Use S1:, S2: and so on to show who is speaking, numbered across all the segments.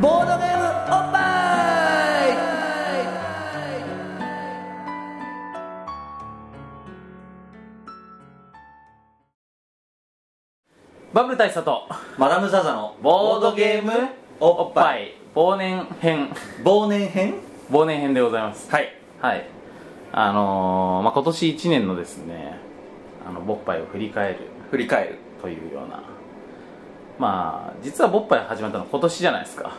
S1: ボードゲームおっぱいバブル大佐と
S2: マダム・ザ・ザの
S1: ボードゲーム
S2: お
S1: お
S2: っ
S1: っぱ
S2: ぱい
S1: い忘年編
S2: 忘年編
S1: 忘年編でございます
S2: はい
S1: はいあのーまあ、今年1年のですねあのボッパイを振り返る
S2: 振り返る
S1: というようなまあ実はボッパイ始まったの今年じゃないですか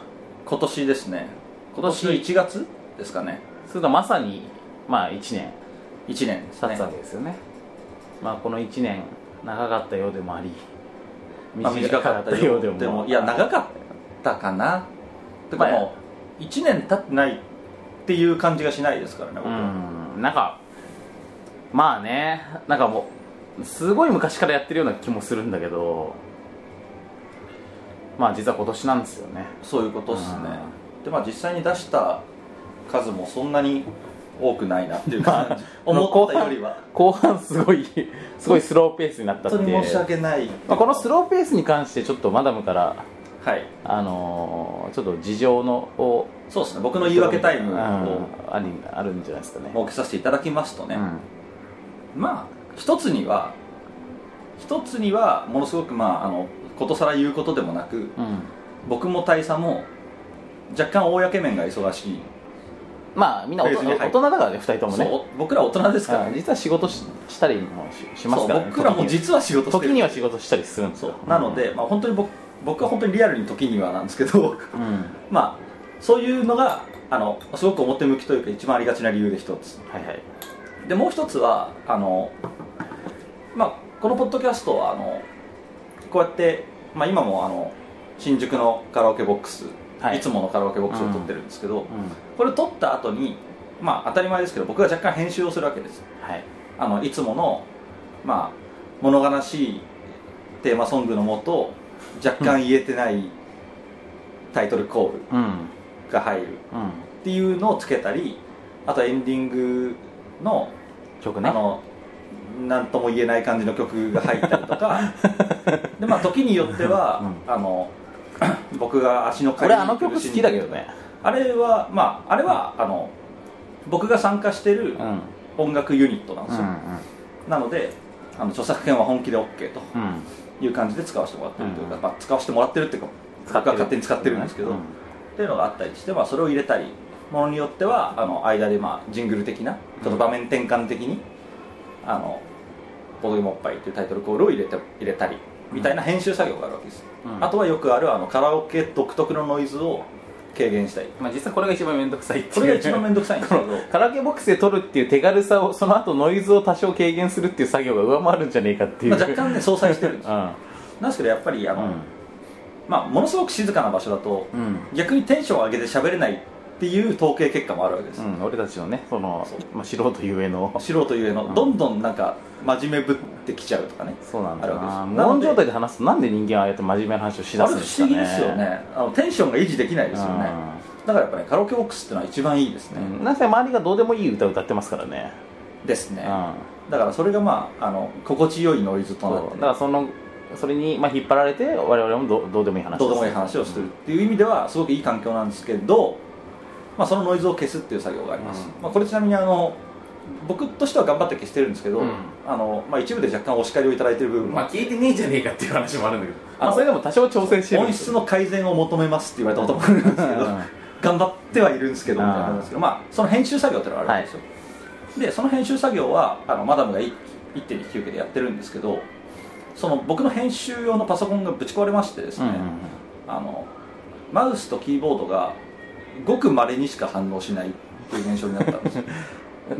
S2: 今年ですね
S1: 今年
S2: の1月ですかね
S1: するとまさにまあ1年
S2: 1年です
S1: 経
S2: ね
S1: つわけですよねまあこの1年長かったようでもあり
S2: まあ
S1: 短かったようでも,、
S2: でもいや長かったかなてか
S1: まあ
S2: もう1年経ってないっていう感じがしないですからね僕は
S1: うんなんかまあねなんかもうすごい昔からやってるような気もするんだけどまあ実は今年なんですよね
S2: そういうことですねでまあ実際に出した数もそんなに多くないなっていう感じ思ったよりは
S1: 後半すごい すごいスローペースになったって
S2: 本当に申し訳ない
S1: まあ、このスローペースに関してちょっとマダムから
S2: はい
S1: あのーちょっと事情のを
S2: そうですね僕の言い訳タイム
S1: うん
S2: を
S1: ありあるんじゃないですかね
S2: 設けさせていただきますとね、
S1: うん
S2: まあ一つには一つにはものすごくまああのことさら言うことでもなく
S1: うん
S2: 僕も大佐も若干公面が忙しい、
S1: まあみんな大
S2: フェーズに
S1: 人
S2: 入る
S1: 大人だからね2人ともね
S2: そう僕ら大人ですから
S1: うん
S2: ね
S1: 実は仕事ししたりもししますから、
S2: そう
S1: ね、
S2: 僕らも
S1: 時に
S2: 実は仕事してる
S1: 時には仕事したりするんです
S2: そ
S1: よ
S2: うなので、まあ、本当に僕僕は本当にリアルに時にはなんですけど
S1: うん、うん
S2: まあそういうのがあのすごく表向きというか一番ありがちな理由で一つ
S1: はいはい
S2: でもう一つはあの、まあ、このポッドキャストはあのこうやって、まあ、今もあの新宿のカラオケボックス、
S1: はい
S2: い、つものカラオケボックスを撮ってるんですけど、
S1: うん
S2: これ撮った後にまあ当たり前ですけど僕が若干編集をするわけです
S1: はい
S2: あのいつもの、まあ、物悲しいテーマソングのもと若干言えてないタイトルコール
S1: うん
S2: が入る
S1: うん
S2: っていうのをつけたりあとエンディングの
S1: 曲
S2: あ
S1: ね
S2: のなんとも言えない感じの曲が入ったりと かで、まあ、時によっては、あの 僕が足の
S1: 俺あの曲好
S2: 苦しんで
S1: きだけどね
S2: あれはまああれは、あの僕が参加してる
S1: うんうん
S2: 音楽ユニットなんで
S1: う
S2: すよ、
S1: ん
S2: なのであの著作権は本気で OK と
S1: うん
S2: いう感じで使わせてもらってるというか、
S1: うん
S2: まあ、使わせてもらってるっていうか僕が勝手に使ってるんですけど、
S1: う
S2: っていうのがあったりして、まあ、それを入れたりものによってはあの間で、まあ、ジングル的なちょっと場面転換的に「あのボドゲモッパイ」というタイトルコールを入れて入れたりみたいな編集作業があるわけです、
S1: うん
S2: あとはよくあるあのカラオケ独特のノイズを軽減したり
S1: まあ、実際これが一番面倒くさいっていう
S2: これが一番面倒くさいんです けど
S1: カラオケボックスで撮るっていう手軽さをその後ノイズを多少軽減するっていう作業が上回るんじゃねえかっていう、
S2: まあ若干ね相殺してるん ですよなんですけどやっぱりあ
S1: う
S2: の、
S1: ん
S2: まあ、ものすごく静かな場所だと
S1: うん、うん
S2: 逆にテンションを上げて喋れないっていう統計結果もあるわけです、
S1: うん、俺たちのねその
S2: そう
S1: まあ、素人ゆえの
S2: 素人ゆえのどんどんなんか真面目ぶってきちゃうとかね
S1: そうなんだよな
S2: あるわけです
S1: 無音状態で話すとなんで人間はああやって真面目な話をし
S2: あ
S1: だ
S2: れ
S1: すん
S2: 不
S1: です
S2: 思議で
S1: かね
S2: すよねあのテンションが維持できないですよねだからやっぱねカラオケボックスってのは一番いいですね
S1: う、ん、なんせ周りがどうでもいい歌を歌ってますからね
S2: ですね
S1: うん
S2: だからそれがまああの心地よいノイズとなっ
S1: そう
S2: て
S1: だ
S2: ね
S1: からそのそれに、まあ、引っ張られて我々もどうどうでもいい話
S2: どうでもいい話をしてるっていう意味ではすごくいい環境なんですけど、まあ、そのノイズを消すっていう作業があります、
S1: う
S2: まあ、これちなみにあの僕としては頑張って消してるんですけど、
S1: うん
S2: あのまあ、一部で若干お叱りをいただいてる部分も
S1: 聞いてねえじゃねえかっていう話もあるんだけど
S2: あの
S1: それでも多少調整してるん
S2: 音
S1: です
S2: 質
S1: よ
S2: の改善を求めますって言われたこともあるんですけど、頑張ってはいるんですけどみたいな感じなんですけど、まあ、その編集作業っていうのがあるんですよ、でその編集作業はあのマダムが一一手に引き受けてやってるんですけどその僕の編集用のパソコンがぶち壊れましてです
S1: う
S2: ね、
S1: んうんうん
S2: あのマウスとキーボードがごくまれにしか反応しないっていう現象になったんです よ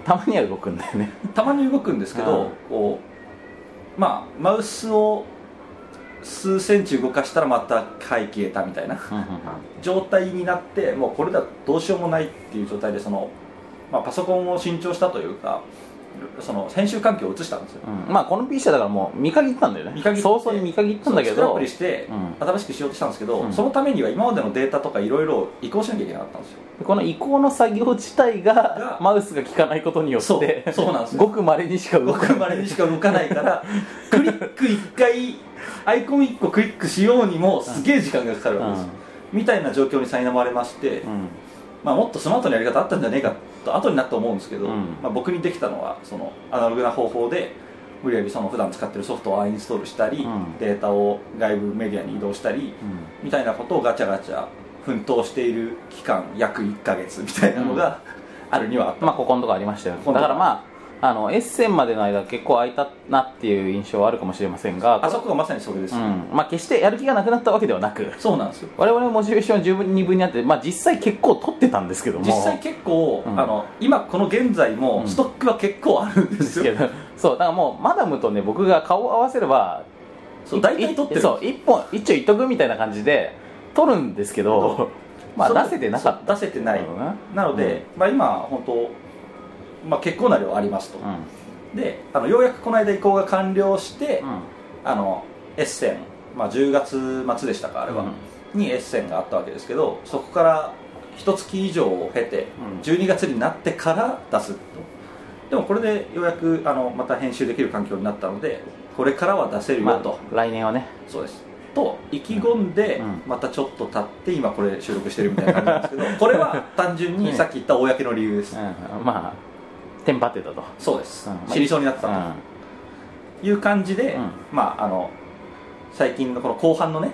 S1: たまには動くんだよね
S2: たまに動くんですけ
S1: うん
S2: どこう、まあ、マウスを数センチ動かしたらまたはい消えたみたいな状態になってもうこれだとどうしようもないっていう状態でその、まあ、パソコンを新調したというかその編集環境を移したんですよ
S1: うんまあこの PC だからもう見限ったんだよね
S2: 見限って
S1: 早々に見限ったんだけ
S2: スクラッ
S1: ど
S2: プにして
S1: う
S2: 新しくしようとしたんですけど、
S1: うん
S2: そのためには今までのデータとかいろいろ移行しなきゃいけなかったんですよ
S1: この移行の作業自体が
S2: が
S1: マウスが効かないことによっ
S2: そ
S1: て
S2: うそうなんですよ
S1: ごくまれにしか動
S2: 動
S1: か
S2: く
S1: な
S2: ま
S1: い
S2: でにしか動かないから クリック1回アイコン1個クリックしようにもすげえ時間がかかる
S1: う
S2: わけです
S1: ん
S2: よ、みたいな状況に苛まれまして、
S1: うん
S2: まあ、もっとスマートなやり方あったんじゃねえかと後になって思うんですけど、
S1: うん
S2: まあ、僕にできたのはそのアナログな方法で無理やりその普段使ってるソフトをアンインストールしたり、
S1: うん
S2: データを外部メディアに移動したりみたいなことをガチャガチャ奮闘している期間約1ヶ月みたいなのが、あるにはあった、
S1: まあここのとこありましたよね
S2: ここ
S1: だ
S2: のとこ
S1: からまああのエッセンまでの間結構空いたなっていう印象はあるかもしれませんが
S2: あそこがまさにそれです、
S1: うんまあ、決してやる気がなくなったわけではなく
S2: そうなんですよ
S1: 我々のモチベーションは十分に分にあって、まあ、実際結構取ってたんですけども
S2: 実際結構、
S1: うん
S2: あの今この現在も
S1: うん
S2: ストックは結構あるんです
S1: け
S2: よ、
S1: ど そうだからもうマダムとね僕が顔を合わせれば
S2: そう
S1: い
S2: 大体取ってるんです
S1: そう一本一丁一徳みたいな感じで取るんですけどま
S2: そ
S1: あ
S2: れ
S1: 出せてなかった
S2: そう出せてない、
S1: だろうな
S2: なので、まあ、今本当、まあ、結構な量ありますと、
S1: うん
S2: であのようやくこの間移行が完了して、
S1: うん
S2: あのエッセン、まあ、10月末でしたかあれは、にエッセンがあったわけですけどそこから一月以上を経て、
S1: うん
S2: 12月になってから出すとでもこれでようやくあのまた編集できる環境になったのでこれからは出せるよ
S1: ま
S2: と、
S1: あ、来年はね
S2: そうですと意気込んで、
S1: うん
S2: またちょっと経って今これ収録してるみたいな感じなんですけどこれは単純にさっき言った公の理由です、
S1: うんまあテンパってたと、
S2: そうです、
S1: うん
S2: 知りそうになって
S1: う
S2: た
S1: ん
S2: という感じで、
S1: うん
S2: まああの最近のこの後半のね、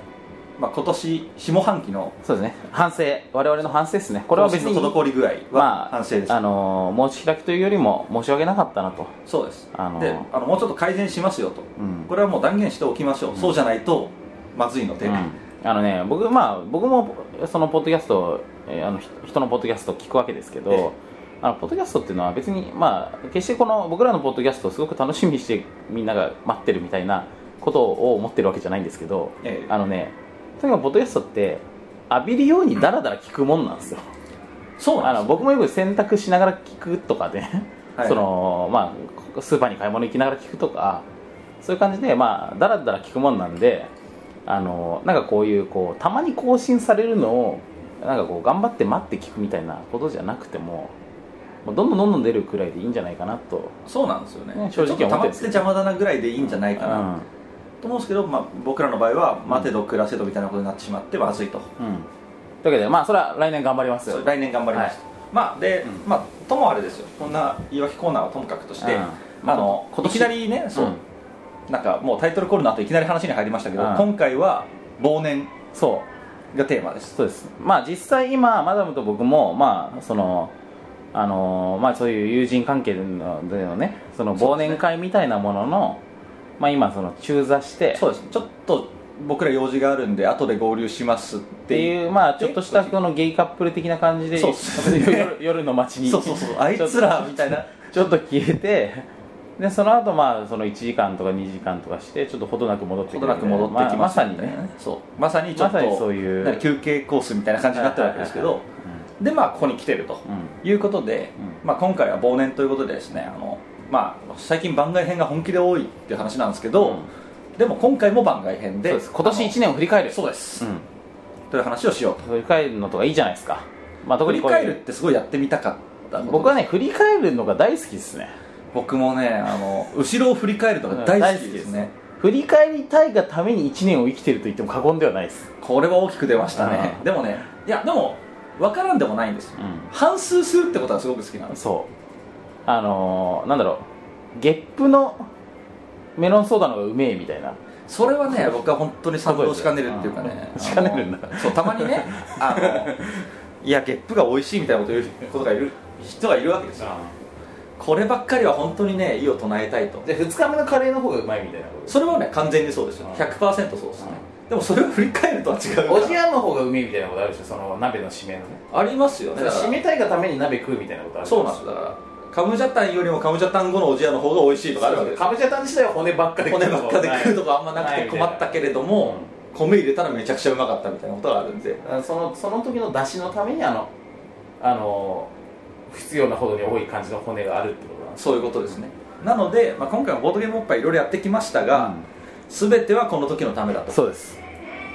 S2: まあ、今年下半期の
S1: そうですね反省我々の反省ですねこ
S2: こ
S1: れは別
S2: の
S1: に
S2: 滞り具合
S1: ま
S2: は
S1: あ
S2: 反省です、
S1: あのー申し開きというよりも申し訳なかったなと、
S2: そうです
S1: あのー
S2: であのもうちょっと改善しますよと
S1: うん
S2: これはもう断言しておきましょう、そうじゃないとまずいので、
S1: うんあのね僕,、まあ、僕もそのポッドキャストを、えーあのひ人のポッドキャストを聞くわけですけ
S2: え
S1: どあのポッドキャストっていうのは別に、まあ、決してこの僕らのポッドキャストをすごく楽しみにしてみんなが待ってるみたいなことを思ってるわけじゃないんですけど
S2: ええ
S1: あのねとにかくポッドキャストって浴びるようにダラダラ聞くもんなんですよ
S2: そうな
S1: あ
S2: んです
S1: の僕もよく洗濯しながら聞くとかで、
S2: はい
S1: そのまあ、スーパーに買い物行きながら聞くとかそういう感じで、まあ、だらだら聞くもんなんであのなんかこういうこうたまに更新されるのをなんかこう頑張って待って聞くみたいなことじゃなくてももうどんどんどんどん出るくらいでいいんじゃないかなと、
S2: そうなんですよね
S1: ね正直
S2: ちょっと溜
S1: 思って
S2: ま
S1: る
S2: っ
S1: んです
S2: て
S1: け
S2: 邪魔だなぐらいでいいんじゃないかな、
S1: うん
S2: と思うんですけど、まあ、僕らの場合は待てど暮らせどみたいなことになってしまってまずいと、
S1: うん、というわけで、まあ、それは来年頑張ります
S2: そう来年頑張ります、
S1: は
S2: まあで、
S1: う
S2: まあともあれですよこんな言い訳コーナーはともかくとして、
S1: うん
S2: あの
S1: 今年
S2: いきなりねそう、
S1: ん
S2: なんかもうタイトルコールの後いきなり話に入りましたけど、
S1: うん
S2: 今回は忘年
S1: そう
S2: がテーマです
S1: そうですまあ実際今マダムと僕もまあそのあのーまあそういう友人関係のでのねその忘年会みたいなものの、まあ今その中座して
S2: そうですちょっと僕ら用事があるんで後で合流しますっ
S1: って
S2: ていう
S1: いうまあちょっとしたこのゲイカップル的な感じで
S2: そうっすね
S1: 夜夜の街に
S2: そうそうそうあいつらみたいな
S1: ちょっと消えてでその後まあその1時間とか2時間とかしてちょっとほどなく戻ってく
S2: ほ
S1: る
S2: どなく戻ってき
S1: まあま
S2: ます
S1: さ
S2: み
S1: に
S2: たいな
S1: ね
S2: そうまさにちょっと、
S1: まさにそういう
S2: なんか休憩コースみたいな感じになってるわけですけ
S1: はい
S2: ど
S1: は
S2: でまあここに来てると、
S1: うん
S2: いうことで、
S1: う
S2: まあ、今回は忘年ということでですねあの、まあ、最近番外編が本気で多いっていう話なんですけど、でも今回も番外編で
S1: そうです今年1年を振り返
S2: あの
S1: る
S2: そうです、
S1: うん
S2: という話をしようと
S1: 振り返るのとかいいじゃないですかまあ特
S2: 振り
S1: にこういう
S2: 返るってすごいやってみたかったこと
S1: 僕はね振り返るのが大好きですね
S2: 僕もねあの後ろを振り返るのが大好きですね、
S1: 振り返りたいがために1年を生きてると言っても過言ではないです
S2: これは大きく出ましたね、
S1: うん
S2: でもねいやでも分からんでもないんですよ、
S1: う
S2: 反数するってことはすごく好きなんです
S1: そうあのー、なんだろうゲップのメロンソーダの方がうめえみたいな
S2: それはね僕は本当に賛同しかねるっていうかね
S1: うんしかねるんだ
S2: あのそうたまにねあのいやゲップが美味しいみたいなこと言うことがいる人がいるわけですよこればっかりは本当にね異を唱えたいと
S1: で2日目のカレーの方がうまいみたいなこと
S2: それはね完全にそうですよ100%そうですねでもそれを振り返るとは違うから
S1: やんの方がうめえみたいなことあるでしょその鍋の締めのね
S2: ありますよねだから
S1: たいがために鍋食うみたいなことあ
S2: そうなんですだからカムジャタンよりもカムジャタン後のおじやの方が美味しいとかあるわけですよ
S1: ムジャタン自体は骨ばっか
S2: 骨ばっかで食うと
S1: か
S2: かあんまなくて困ったけれども米入れたらめちゃくちゃうまかったみたいなことがあるんで
S1: あそのその時の出汁のためにあのあの不必要なほどに多い感じの骨があるってことなんです
S2: そういうことですねなので、まあ、今回もボードゲームおっぱいいろいろやってきましたが、
S1: うん
S2: 全てはこの時のためだと
S1: そうです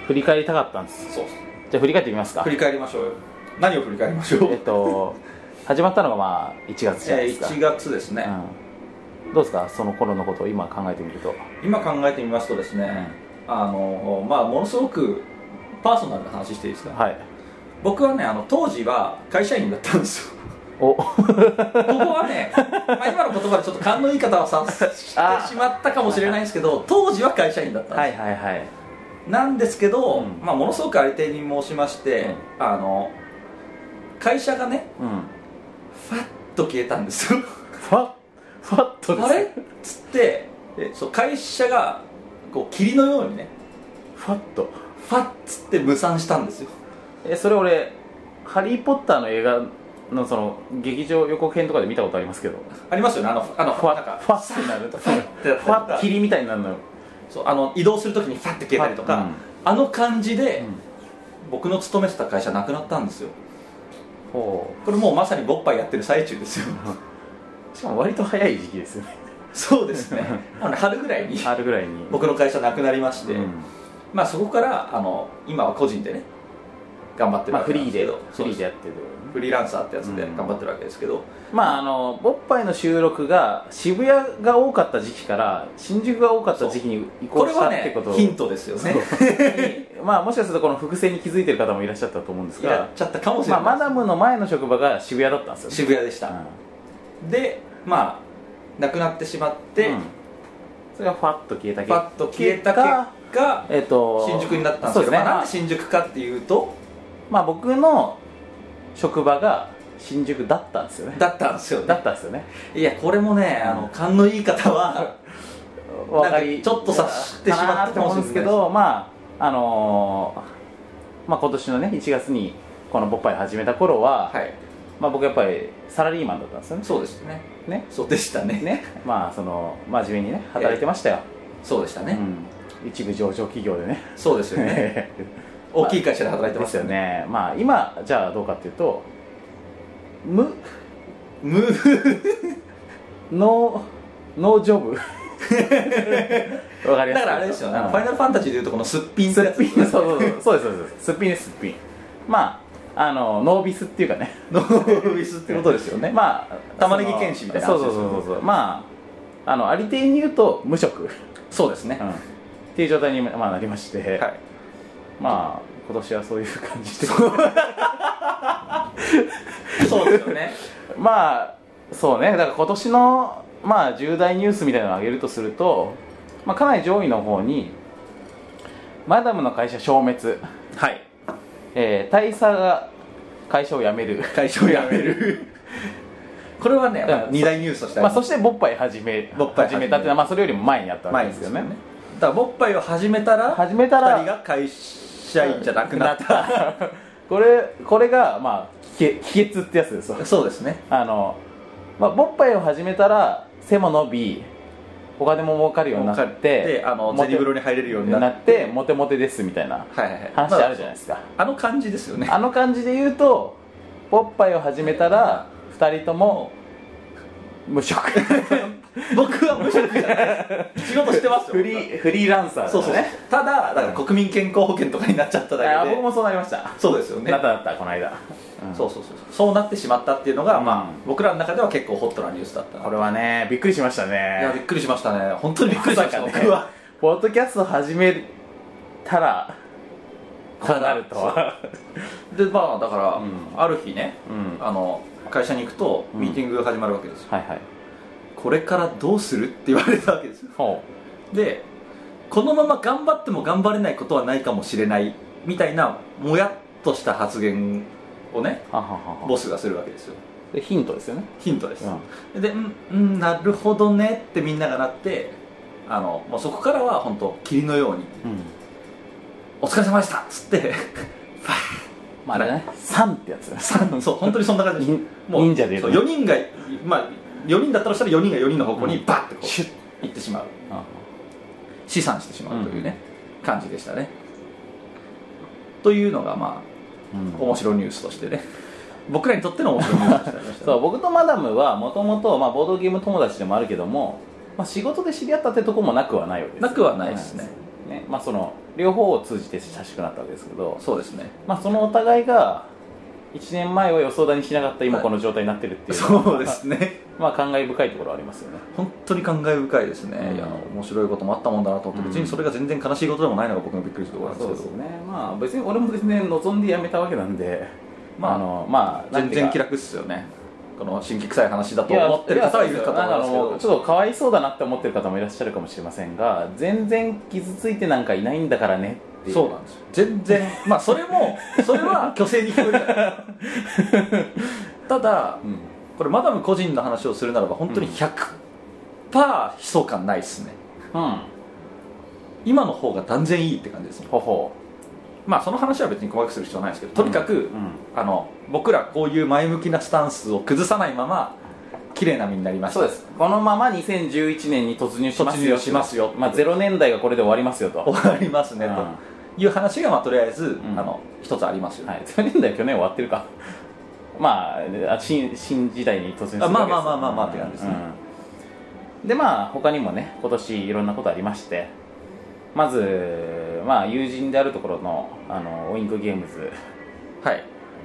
S1: 振り返りたかったんです
S2: そう
S1: じゃあ振り返ってみますか
S2: 振り返りましょうよ何を振り返りましょ
S1: え
S2: う、
S1: っと始まったのがまあ1月じゃない
S2: え
S1: ですか、
S2: 1月ですね、
S1: うん、どうですかその頃のことを今考えてみると
S2: 今考えてみますとですね、あのまあものすごくパーソナルな話していいですか、
S1: はい
S2: 僕はねあの当時は会社員だったんですよ
S1: お
S2: ここは ね、まあ、今の言葉でちょっと勘のいい方はさ
S1: あ
S2: してしまったかもしれないんですけど当時は会社員だったんです、
S1: はいはいはい
S2: なんですけど、
S1: うん
S2: まあ、ものすごく相手に申しまして、あの会社がね
S1: うん
S2: ファッと消えたんですよ
S1: ファッファッとです
S2: あれっつってえそう会社がこう霧のようにね
S1: ファッと
S2: ファッつって無賛したんですよ
S1: えそれ俺「ハリー・ポッター」の映画のその劇場予告編とかで見たことありますけど
S2: ありますよねあのあの
S1: フ
S2: なん
S1: ァ
S2: か
S1: ファッってなるとファ
S2: てやったりとか
S1: ッ霧みたいになるのよ
S2: そうあの移動するときにファッて消えたりとか、
S1: うん
S2: あの感じで、
S1: うん
S2: 僕の勤めてた会社なくなったんですよ
S1: ほ
S2: これもうまさにボッパイやってる最中ですよ
S1: うしかも割と早い時期ですよね
S2: そうですねあの春ぐらいに
S1: あるぐらいに
S2: 僕の会社なくなりまし
S1: う
S2: て、
S1: ん
S2: まあそこからあの今は個人でね頑張ってる
S1: まあ
S2: わ
S1: フ
S2: けな
S1: リ
S2: ん
S1: ー
S2: ですけ
S1: で
S2: ど、
S1: フリーで
S2: そう
S1: やってる
S2: すフリーランサーってやつで
S1: うん
S2: 頑張ってるわけですけど、
S1: まああのボッパイの収録が渋谷が多かった時期から新宿が多かった時期に移
S2: こ
S1: 行
S2: れ
S1: した
S2: は
S1: って
S2: ね
S1: こと
S2: ヒントですよね
S1: にまあもしかするとこの伏線に気づいてる方もいらっしゃったと思うんで す
S2: や
S1: が
S2: っちゃったかもしれ
S1: ま
S2: な
S1: あ、
S2: い、
S1: マダムの前の職場が渋谷だったんですよね
S2: 渋谷でした、でまあなくなってしまっ
S1: で、
S2: て、
S1: それがファッと消えた
S2: パッと消えた結果
S1: えっ、と
S2: 新宿になったんです
S1: そう
S2: け
S1: で
S2: どまあ、
S1: すね、ま
S2: なん
S1: あ
S2: で新宿かっていうと
S1: まあ僕の職場が新宿だったんですよね
S2: だったんですよ
S1: だ
S2: ね
S1: ったんですよね
S2: いやこれもねあの勘のいい方は
S1: お分か
S2: な
S1: り
S2: んかちょっと察してしまったかもしれない
S1: なと思うんですけどまああのーまあ今年のね1月にこの「ボッパイ」始めた頃は、
S2: はい
S1: まあ僕やっぱりサラリーマンだったんですよね
S2: そうですね
S1: ね
S2: そうでしたね
S1: ねまあその真面目にね働いてましたよ、
S2: そうでしたね、
S1: うん、一部上場企業 でね
S2: そうですよ ね大きい会社で働いて
S1: で
S2: ます
S1: よねまあ今じゃあどうかっていうと無
S2: ムー
S1: ノーノージョブわかり
S2: だ
S1: ます
S2: からあれですよね、
S1: うん
S2: ファイナルファンタジーでいうとこのすっぴんって
S1: す
S2: や
S1: っ
S2: つ
S1: ぴ んそうそうそうそうですそうですすっぴんですすっぴんまああのノービスっていうかね
S2: ノービスってことですよね、ま
S1: まあ
S2: 玉ねぎ剣士みたいな
S1: そ
S2: 話
S1: う
S2: です
S1: そう
S2: よね
S1: そうそうそうまああのありていに言うと無職、うん、っ
S2: あ、そうですね、
S1: ていう状態に、まあ、なりまして、
S2: はい
S1: まあ今年はそういう感 じで
S2: そうですよね
S1: まあそうねだから今年のまあ重大ニュースみたいなのを挙げるとすると、まあ、かなり上位の方にマダムの会社消滅、
S2: はい
S1: えー大佐が会社を辞める
S2: 会社を辞めるこれはね、まあ
S1: うん
S2: 二大ニュースとして
S1: まあ、そ
S2: し
S1: してボッパイ始め
S2: ボッパイ
S1: 始めたっていうのは、まあ、それよりも前にあった
S2: て
S1: わ
S2: 前
S1: け
S2: で
S1: で
S2: す
S1: すよ
S2: よ
S1: ね
S2: ねだからボッパイを始めたら
S1: 始めたら
S2: 二人が会社員じゃなくなった
S1: これこれがまあ帰結帰結ってやつですわ
S2: そうですね
S1: あの、まあ、ボッパイを始めたら背も伸びお金も儲かるようになって
S2: であの
S1: モ
S2: ゼ
S1: テ
S2: ニブロに入れるように
S1: な
S2: なっ
S1: ってモテモテですみたいな
S2: てはいはいはい
S1: 話
S2: ま
S1: あるじゃないですか、
S2: ああの感じですよね
S1: あの感じで言うとポッパイを始めたら2人とも無 職
S2: 僕は無職じゃない仕事してますよ
S1: フリーフリーランサーだ
S2: そうそうねただだから国民健康保険とかになっちゃっただ
S1: あ
S2: けで
S1: 僕もそうなりました
S2: そうですよね
S1: なったなったこの間、うん
S2: そうそうそうそうなってしまったっていうのが、ま
S1: う
S2: あ、僕らの中では結構ホットなニュースだったな
S1: これはねびっくりしましたね
S2: いやびっくりしましたね本当にびっくりしました、
S1: まさかね
S2: 僕は
S1: ポッドキャスト始めたらこうなるとは
S2: でまあだから、
S1: うん
S2: ある日ね、
S1: うん
S2: あの会社に行くと
S1: うん
S2: ミーティングが始まるわけですよ、
S1: はいはい
S2: これからどうするって言われたわけですよ
S1: ほ
S2: でこのまま頑張っても頑張れないことはないかもしれないみたいなもやっとした発言をね
S1: うはははは
S2: ボスがするわけですよ
S1: でヒントですよね、
S2: ヒントです、
S1: うん
S2: でうんうんなるほどねってみんながなってあのもうそこからは本当霧のように「お疲れ様でした!」っつって
S1: まああれね3ってやつです
S2: 3そう本当にそんな感じ
S1: 忍忍者でいうとね
S2: 4人がまあ4人だったとしたら4人が4人の方向に
S1: うん
S2: バッてこ
S1: シュッ
S2: う行ってしまう試算してしまうというね、感じでしたねというのがま
S1: うん
S2: あ面白いニュースとしてね僕らにとっての面白いニュースとしてありましたね
S1: そう僕とマダムはもともとまあボードゲーム友達でもあるけども、まあ、仕事で知り合ったってとこもなくはないわけです
S2: なくはないですね
S1: うんねまあその両方を通じて親しくなったわけですけど、
S2: そうですね
S1: まあ、そのお互いが1年前は予想だにしなかった今この状態になってるっていうのは、
S2: そうですね
S1: まあ感慨深いところはありますよね
S2: 本当に感慨深いですね、
S1: うん
S2: いや面白いこともあったもんだなと思って、
S1: うん
S2: 別にそれが全然悲しいことでもないのが僕のびっくりするところなんで
S1: そうですす
S2: けど
S1: ねまあ別に俺も全然望んでやめたわけなんで
S2: まあ
S1: あのまあなん
S2: 全
S1: ていう
S2: 然
S1: か
S2: 気楽っすよねこの神経臭い話だ
S1: い
S2: と
S1: や
S2: 思ってる方はいるかと思い
S1: や
S2: ま
S1: そうですよなんかあの
S2: す
S1: ちょっとかわいそうだなって思ってる方もいらっしゃるかもしれませんが全然傷ついてなんかいないんだからねって
S2: け
S1: い
S2: どそ
S1: う
S2: うなんですよ全然まあそれもそれは虚勢に聞こえるじゃないただ
S1: うん
S2: これマダム個人の話をするならば本当に100%悲壮感ないっすね
S1: うん
S2: 今の方が断然いいって感じですね
S1: ほほ
S2: まあその話は別に細かくする必要はないですけどとにかく、
S1: うん
S2: あの僕らこういう前向きなスタンスを崩さないまま綺麗な身になりました
S1: そうですこのまま2011年に突入します
S2: 突
S1: よ
S2: 入しますよ
S1: まあ、0年代がこれで終わりますよと
S2: 終わりますね、
S1: うん
S2: という話が、まあ、とりあえず、
S1: ん
S2: あの一つありますよ、
S1: はい、0年代は 去年終わってるかまああ新新時代に突入するわけです
S2: あまあまあまあまあまあって感じですね
S1: うんでまあ他にもね今年いろんなことありましてまず、まあ、友人であるところのあのウインクゲームズ、
S2: はい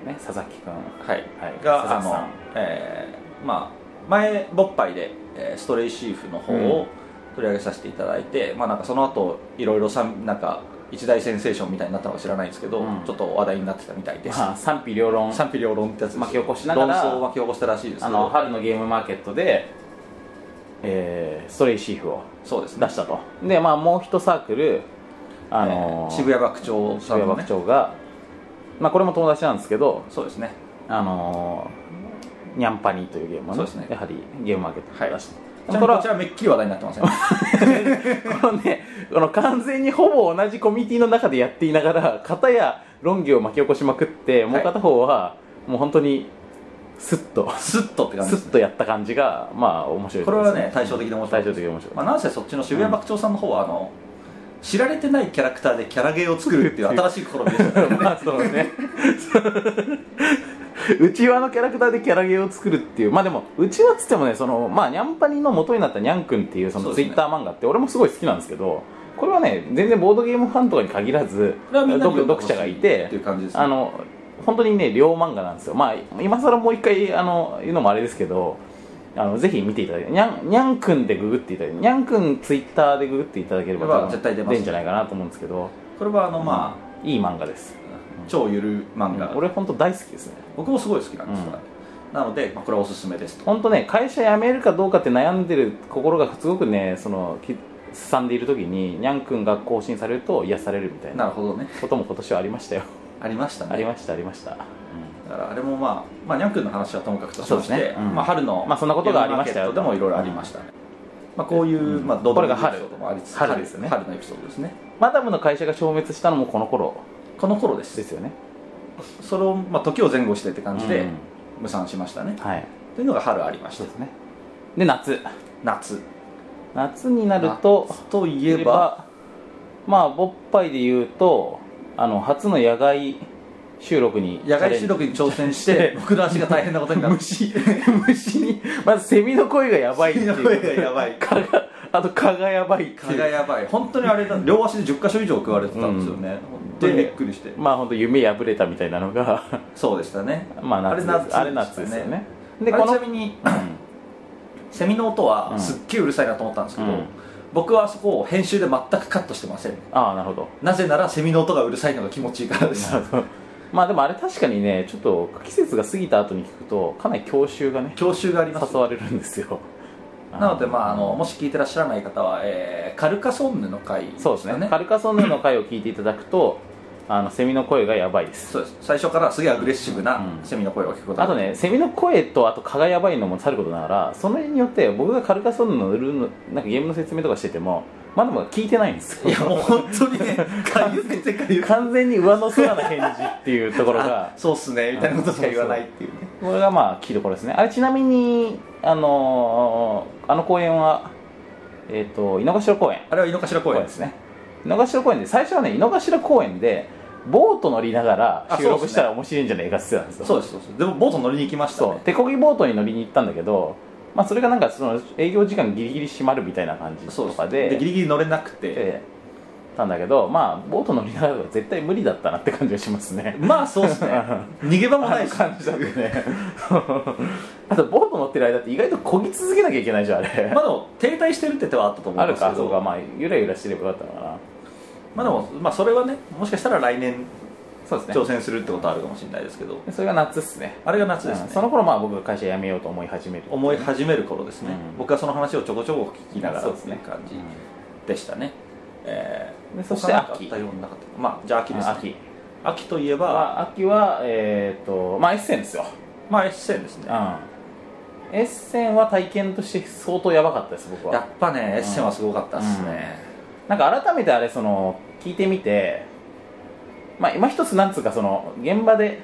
S1: ね、佐々木君
S2: はい
S1: はい佐
S2: が
S1: 々
S2: あ
S1: 木さ
S2: の
S1: ん、
S2: えーまあ、前勃発で、えーストレイシーフの方
S1: う
S2: を取り上げさせていただいて、まあ、なんかその後いろいろさなんか一大センセーションみたいになったのか知らないんですけど、
S1: うん
S2: ちょっと話題になってたみたいです、
S1: まあ、賛否両論
S2: 賛否両論ってやつです
S1: 巻き起こしながら
S2: 論争を巻き起こしたらしいですけ
S1: あ
S2: ど
S1: の春のゲームマーケットで、えーストレイシーフを
S2: そうですね
S1: 出したとでまあもう一サークルあのー
S2: 渋谷学長さ
S1: 渋
S2: んの、
S1: 谷学
S2: ね、
S1: 長が、まあ、これも友達なんですけど
S2: そうですね
S1: あのーニャンパニーというゲームを
S2: そうですね
S1: やはりゲームマーケットで出して、
S2: ちなみに
S1: これ
S2: こ
S1: は
S2: ちらめっきり話題になってません、
S1: このねこの完全にほぼ同じコミュニティの中でやっていながら片や論議を巻き起こしまくってもう片方はもう本当に スッ と
S2: スッとって感じ
S1: ス
S2: です
S1: ッとやった感じがまあ面白い
S2: これはね対照
S1: 的
S2: 的で面白
S1: 対
S2: い
S1: 照的で面白い、
S2: まあ、なんせそっちの渋谷爆鳥さんの方はあの知られてないキャラクターでキャラゲーを作るっていう新しい試み ですよね
S1: まあそうね うちわのキャラクターでキャラゲーを作るっていうまあでもうちわっつってもねそのまあニャンパニの元になったニャンくんっていうそ
S2: そ
S1: の
S2: う
S1: ツ
S2: で
S1: イ
S2: すね
S1: ッター漫画って俺もすごい好きなんですけどこれはね全然ボードゲームファンとかに限らず
S2: これはみんなに
S1: 読
S2: 読んでほ
S1: 読
S2: しい
S1: 者がい
S2: ってい
S1: て
S2: う感じです、ね、
S1: あの本当にね両漫画なんですよまあ今更もう一回あの言うのもあれですけどあのぜひ見ていただいてにゃんにゃんくんでググっていただいてにゃんくんツイッターでググっていただければ
S2: まあ
S1: 多分
S2: 絶対出ます
S1: るんじゃないかなと思うんですけど
S2: これはあのまあ、
S1: いい漫画です
S2: 超ゆる漫画、
S1: 俺本当大好きですね
S2: 僕もすごい好きなんですから、なので、まあ、これはおすすめですと
S1: 本当ね会社辞めるかどうかって悩んでる心がすごくねそのきすさんでいる時ににゃんくんが更新されると癒されるみたい
S2: な
S1: な
S2: るほどね
S1: ことも今年はありましたよ
S2: ありましたね
S1: ありましたありました、
S2: だからあれもまあ、まあ、にゃんくんの話はともかくとしまして、
S1: そうですねうん
S2: まあ、春の、
S1: まあそんなことがありましたよ
S2: ゲームマーケットでもいろいろありましたね、まあ、こういう、
S1: うん
S2: まあ、ドド
S1: これが
S2: エ
S1: 春
S2: ピソードもありつつ
S1: 春ですね
S2: 春のエピソードですね
S1: マダムの会社が消滅したのもこの頃
S2: この頃です
S1: ですよね
S2: それを、まあ、時を前後してって感じで
S1: うん
S2: 無産しましたね、
S1: はい
S2: というのが春ありまし
S1: そ
S2: た
S1: うですねで夏
S2: 夏
S1: 夏になると
S2: 夏といえば
S1: まあ勃発で言うとあの初の野外収録に
S2: 野外収録に挑戦して僕の足が大変なことになる
S1: 虫虫にまずセミの声がやばいっていう
S2: 声がやばい
S1: 蚊があと蚊がやばいって
S2: 蚊
S1: い
S2: が
S1: う
S2: やばい本当にあれだ両足で10箇所以上食われてたんですよね、本当にびっくりして
S1: まあ本当夢破れたみたいな のが
S2: そうでしたね
S1: まあ夏です
S2: あ
S1: あ
S2: れ
S1: れ
S2: 夏
S1: 夏
S2: で
S1: で
S2: した
S1: す
S2: ね
S1: よね
S2: で
S1: で
S2: こ
S1: こ
S2: のちな
S1: の
S2: みに
S1: うん
S2: セミの音は
S1: うん
S2: すっげえうるさいなと思ったんですけど、
S1: うん
S2: 僕はそこを編集で全くカットしてません
S1: ああなるほど
S2: なぜならセミの音がうるさいのが気持ちいいからです
S1: まあでもあれ確かにねちょっと季節が過ぎた後に聞くとかなり郷愁がね
S2: 教習があります
S1: 誘われるんですよ
S2: なので、まあ、あのもし聞いてらっしゃらない方は、えーカルカソンヌの回ですか
S1: そうですねカルカソンヌの回を聞いていただくとあのセミの声がやばいです
S2: そうです最初からすげえアグレッシブな
S1: うん
S2: セミの声を聞くことが
S1: あとね、セミの声とあと蚊がやばいのもさることながら、その辺によって僕がカルカソンヌのルールのなんかゲームの説明とかしてても、まだまだ聞いてないんです
S2: い
S1: よ
S2: や。もう本当に ねかゆくてかゆくて
S1: 完全に上の空な返事っていうところ
S2: あ
S1: が、
S2: そうっすねみたいなことしか言わないっていうね
S1: これがまあ聞いどころですね。あれちなみに、あのーあの公演は、えっ、と、井の頭公園。
S2: あれは井の頭公園
S1: ですね。井の頭公園で、最初はね、井の頭公園で、ボート乗りなが
S2: あ
S1: ら収
S2: そう
S1: 録
S2: ですね
S1: したら面白いんじゃないかって言ってたんですよ。
S2: そうですそうですでもボート乗りに行きました
S1: そう
S2: ね
S1: 手こぎボートに乗りに行ったんだけど、まあ、それがなんかその営業時間ギリギリ閉まるみたいな感じと
S2: そう
S1: か
S2: で
S1: で
S2: ギリギリ乗れなくて
S1: ええたんだけどまあボート乗りながらは絶対無理だったなって感じがしますね
S2: まあそうです ね逃げ場も
S1: あ
S2: な
S1: の
S2: いし
S1: 感じだとね あとボート乗ってる間って意外と漕ぎ続けなきゃいけないじゃんあれ、
S2: まあでも停滞してるって手はあったと思
S1: あ
S2: うん
S1: る
S2: ですけど
S1: かそうかまあゆらゆらしてればよかったのかな
S2: まあでも、まあ、それはねもしかしたら来年
S1: そうですね
S2: 挑戦するってことはあるかもしれないですけど
S1: でそれが夏っすね
S2: あれが夏です
S1: う
S2: ね
S1: んその頃まあ僕が会社辞めようと思い始める
S2: 思い始める頃ですね、
S1: うん
S2: 僕はその話をちょこちょこ聞きながら
S1: そう
S2: っ
S1: です
S2: てい
S1: ね
S2: う感じでしたね、えー
S1: でそして
S2: 他なんか
S1: 秋
S2: あったようなかったまあじゃあ秋です、ね、
S1: 秋
S2: 秋といえば
S1: は秋はえっ、とまあエッセンですよ、
S2: まあエッセンですね
S1: うん、エッセンは体験として相当やばかったです僕
S2: や
S1: は
S2: っぱねエッセンはすごかったですね、
S1: なんか改めてあれその聞いてみてまあ今一つなんつうかその現場で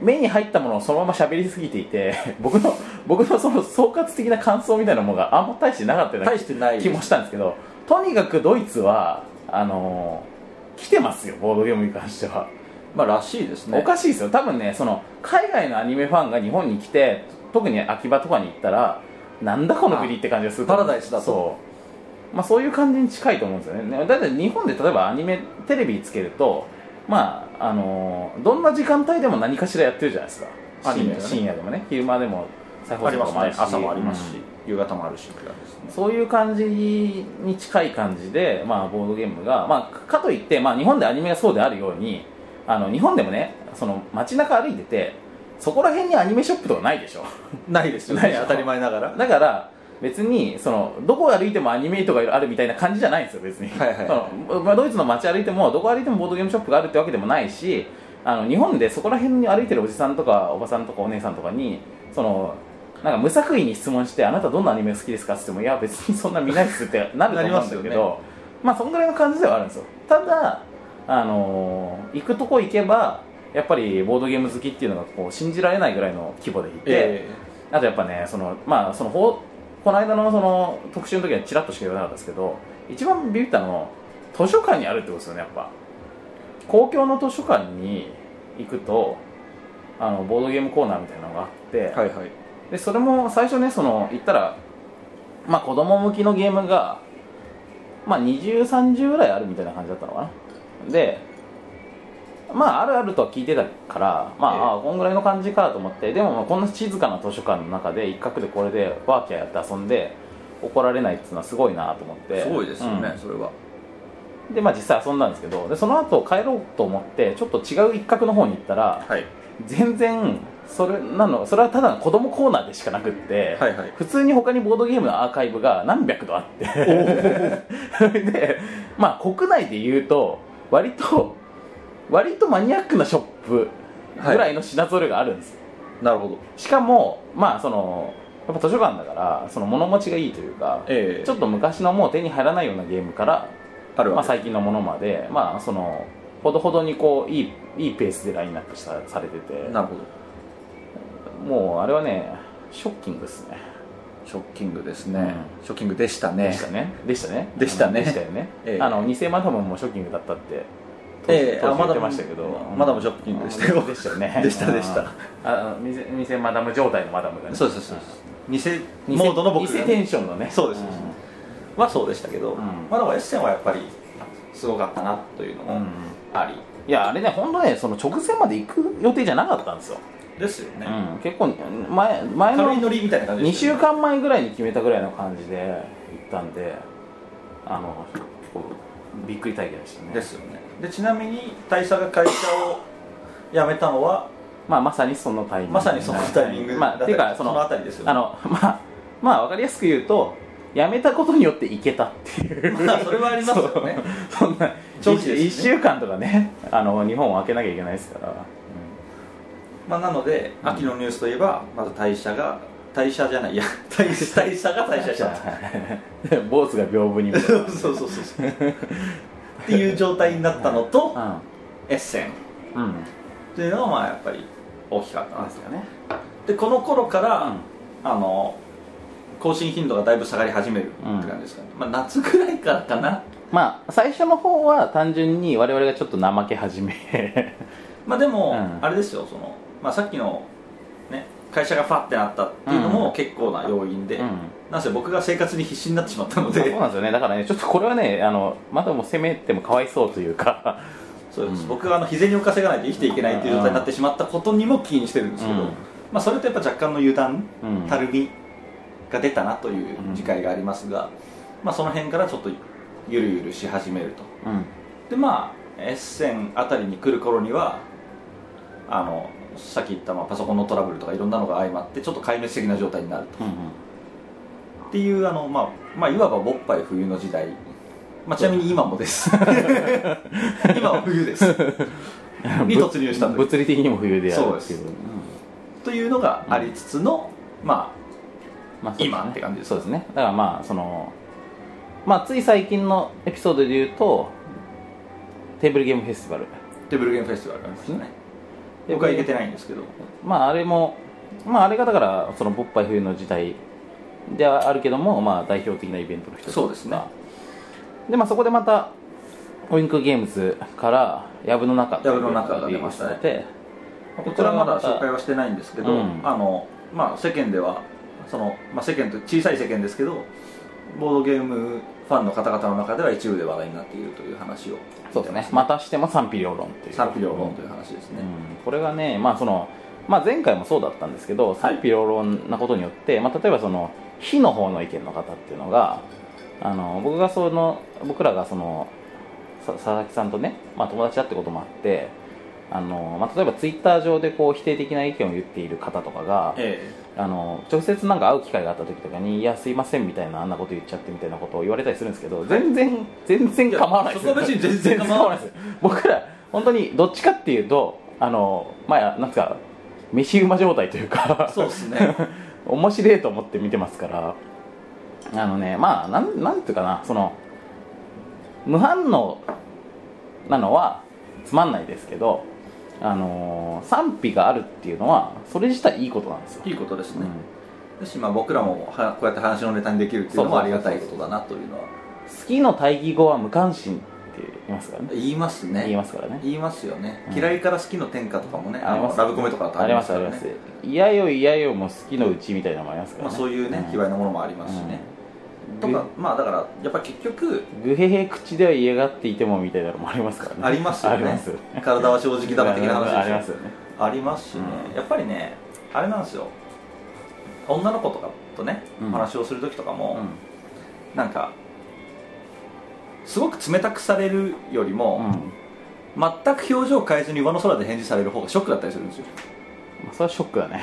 S1: 目に入ったものをそのまま喋りすぎていて 僕の僕のその総括的な感想みたいなものがあんま大してなかったような
S2: 大してない
S1: 気もしたんですけどとにかくドイツはあのー来てますよボードゲームに関しては、
S2: まあらしいですね
S1: おかしいですよ多分ねその海外のアニメファンが日本に来て特に秋葉とかに行ったらなんだこの国って感じがすると思う
S2: パラダイスだと
S1: そう、まあ、そういう感じに近いと思うんですよねだって日本で例えばアニメテレビつけるとまああのーどんな時間帯でも何かしらやってるじゃないですか
S2: アニメがね
S1: 深夜でもね昼間でも再
S2: ありますね
S1: し
S2: 朝もあります
S1: うん
S2: し、夕方もあるしって感じですね
S1: そういう感じに近い感じで、まあ、ボードゲームが、まあ、かといって、まあ、日本でアニメがそうであるようにあの日本でもねその街中歩いててそこら辺にアニメショップとかないでしょ
S2: ないですよ
S1: ない
S2: ね
S1: よ
S2: 当たり前ながら
S1: だから別にそのどこ歩いてもアニメとかあるみたいな感じじゃないんですよ別に、
S2: はいはい
S1: そのまあ、ドイツの街歩いてもどこ歩いてもボードゲームショップがあるってわけでもないしあの日本でそこら辺に歩いてるおじさんとかおばさんとかお姉さんとかにそのなんか無作為に質問して「あなたどんなアニメが好きですか?」って言っても「いや別にそんな見ないです」ってなると思うんだ
S2: な
S1: け
S2: りますよ
S1: どまあそんぐらいの感じではあるんですよただあのー行くとこ行けばやっぱりボードゲーム好きっていうのがこう信じられないぐらいの規模でいて、
S2: え
S1: あとやっぱねそのまあそのほうこの間のその特集の時はちらっとしか言わなかったですけど一番ビビったの図書館にあるってことですよねやっぱ公共の図書館に行くとあのボードゲームコーナーみたいなのがあって、
S2: えはいはい
S1: でそれも最初ねその行ったらまあ子供向きのゲームがまあ2030ぐらいあるみたいな感じだったのかなでまああるあるとは聞いてたからまあ
S2: ええ、
S1: ああこんぐらいの感じかと思ってでもまあこんな静かな図書館の中で一角でこれでワーキャーやって遊んで怒られないっていうのはすごいなと思って
S2: すごいですよね、
S1: うん
S2: それは
S1: でまあ実際遊んだんですけどでその後帰ろうと思ってちょっと違う一角の方に行ったら
S2: はい
S1: 全然それなのそれはただの子供コーナーでしかなくって、
S2: はいはい
S1: 普通に他にボードゲームのアーカイブが何百度あって でまあ国内で言うと割と割とマニアックなショップぐらいの品揃えがあるんですよ、
S2: なるほど
S1: しかもまあそのやっぱ図書館だからその物持ちがいいというか、
S2: ええ
S1: ちょっと昔のもう手に入らないようなゲームから、
S2: ある
S1: ま
S2: わ
S1: あ、最近のものまでまあそのほどほどにこういいいいペースでラインナップさされてて
S2: なるほど
S1: もうあれはねショッキングですね
S2: ショッキングですね、ショッキングでしたね
S1: でしたねでしたね
S2: でしたね
S1: でしたよね、
S2: ええ
S1: あの2000万多分もうショッキングだったって当時,、
S2: ええあ
S1: 言
S2: マダ
S1: って
S2: ム
S1: ましたけど、
S2: マダムショッキングでしたよ
S1: あでしたよ ね
S2: でしたでした
S1: ああの2000 2000マダム状態のマダムがね
S2: そうそうそうそう偽
S1: 偽
S2: モードの僕
S1: 偽テンションのね
S2: そうですそうですはそうでしたけど、
S1: ん
S2: まあでもエッセンはやっぱりすごかったなというの
S1: うんう
S2: も
S1: ん
S2: あり
S1: いやあれね本当ねその直前まで行く予定じゃなかったんですよ、
S2: ですよね、
S1: うん、結構前前
S2: 軽い
S1: の
S2: ノリみたいな感じ
S1: 2
S2: ですよ
S1: 週
S2: ね
S1: 間前ぐらいに決めたぐらいの感じで行ったんであの結構びっくり体験でしたね
S2: ですよねでちなみに大佐が会社を辞めたのは
S1: まあ、まさにそのタイミング
S2: まさにそのタイミング
S1: まあ、っていうかその
S2: あたりですよね
S1: あのまあまあ分かりやすく言うと辞めたことによっていけたっていう
S2: まあそれはありますよね
S1: そんな
S2: 長期ですね
S1: 1週間とかねあの日本を開けなきゃいけないですから、
S2: まあ、なので
S1: うん
S2: 秋のニュースといえばまず退社が退社じゃ ないいや退退社が退社した
S1: 坊主が屏風にみたい
S2: そうそうそう そうっていう状態になったのと
S1: な
S2: エッセン
S1: うんうん
S2: っていうのがまあやっぱり大きかったな
S1: ですよね
S2: でこの頃から、
S1: うん
S2: あの更新頻度がだいぶ下がり始めるって感じですかね、まあ夏ぐらいからかな
S1: まあ最初の方は単純に我々がちょっと怠け 始め
S2: まあでも、
S1: うん
S2: あれですよその、まあ、さっきの、ね、会社がファってなったっていうのも結構な要因で、
S1: うん
S2: なんせ僕が生活に必死になってしまったの
S1: まあそう
S2: で
S1: なんですよねだからねちょっとこれはねあのまだもう攻めてもかわいそうというか、
S2: そうです、
S1: うん
S2: 僕があの日銭を稼がないと生きていけないという状態になってしまったことにも気にしてるんですけど、
S1: うん
S2: まあ、それとやっぱ若干の油断
S1: うん、
S2: たるみが出たなという次回がありますが、まあ、その辺からちょっとゆるゆるし始めると
S1: うん
S2: でまあエッセンあたりに来る頃にはあのさっき言ったまあパソコンのトラブルとかいろんなのが相まってちょっと壊滅的な状態になると
S1: うん
S2: っていうあの、まあ、まあいわば勃発冬の時代、まあ、ちなみに今もです 今は冬です
S1: うん
S2: に突入したという
S1: 物理的にも冬である
S2: そうで
S1: って
S2: す
S1: いううん
S2: というのがありつつの、ま
S1: まあ
S2: 今って感じです
S1: そうですねだからまあそのまあつい最近のエピソードで言うとテーブルゲームフェスティバル
S2: あテーブルゲームフェスティバルがありますね僕は行けてないんですけど
S1: まああれもまああれがだからその勃発冬の時代ではあるけどもまあ代表的なイベントの一つ
S2: そうですね
S1: でまあそこでまたウィンクゲームズから「やぶの中」
S2: 藪の中が出ましたね
S1: ね
S2: こちらまだ紹介はしてないんですけど、
S1: うん
S2: あのまあ、世間ではその、まあ、世間と小さい世間ですけどボードゲームファンの方々の中では一部で話題になっているという話を
S1: そうですねまたしても賛否両論っていう
S2: 賛否両論という話ですね、
S1: うんこれがね、まあそのまあ、前回もそうだったんですけど賛否両論なことによって、まあ、例えばその非の方の意見の方っていうのがあの僕がその僕らがそのさ佐々木さんとね、まあ、友達だってこともあってあの、まあ、例えばツイッター上でこう否定的な意見を言っている方とかが
S2: え
S1: あの直接なんか会う機会があった時とかに「いやすいません」みたいなあんなこと言っちゃってみたいなことを言われたりするんですけど全然全然構わないです
S2: いやそこは別に全然構わない
S1: です僕ら本当にどっちかっていうとあのまあなんつうか飯馬状態という
S2: え
S1: か
S2: そうですね
S1: 面白いと思って見てますからあのねまあなんなんていうかなその無反応なのはつまんないですけどあの賛否があるっていうのはそれ自体いいことなんですよ、
S2: いいことです
S1: う
S2: ね、
S1: ん
S2: だしまあ僕らもはこうやって話のネタにできるっていうのもありがたいことだなというのは
S1: 好きの対義語は無関心って言いますからね
S2: 言いますね
S1: 言いますからね
S2: 言いますよね、
S1: うん
S2: 嫌いから好きの転化とかもね
S1: あ
S2: あ
S1: ります
S2: のラブコメとかだと
S1: ありますあ
S2: か
S1: り
S2: ら
S1: ま
S2: ね
S1: す嫌よ嫌よも好きのうちみたいなのもありますから
S2: まあ、
S1: ね、
S2: そういうね、
S1: ん
S2: 卑猥なものもありますしね、
S1: うん
S2: とかまあだからやっぱ結局
S1: ぐへへ口では嫌がっていてもみたいなのもありますからね
S2: ありますよね
S1: ありますよ
S2: 体は正直だな的な
S1: あ
S2: 話
S1: り
S2: で
S1: ますす
S2: よ
S1: よね
S2: ありますしね、やっぱりねあれなんですよ女の子とかとね、
S1: うん
S2: お話をする時とか
S1: う
S2: も、
S1: ん
S2: なんかすごく冷たくされるより
S1: うん
S2: も、全く表情を変えずに上の空で返事される方がショックだったりするんですよ
S1: まあそれはショックだね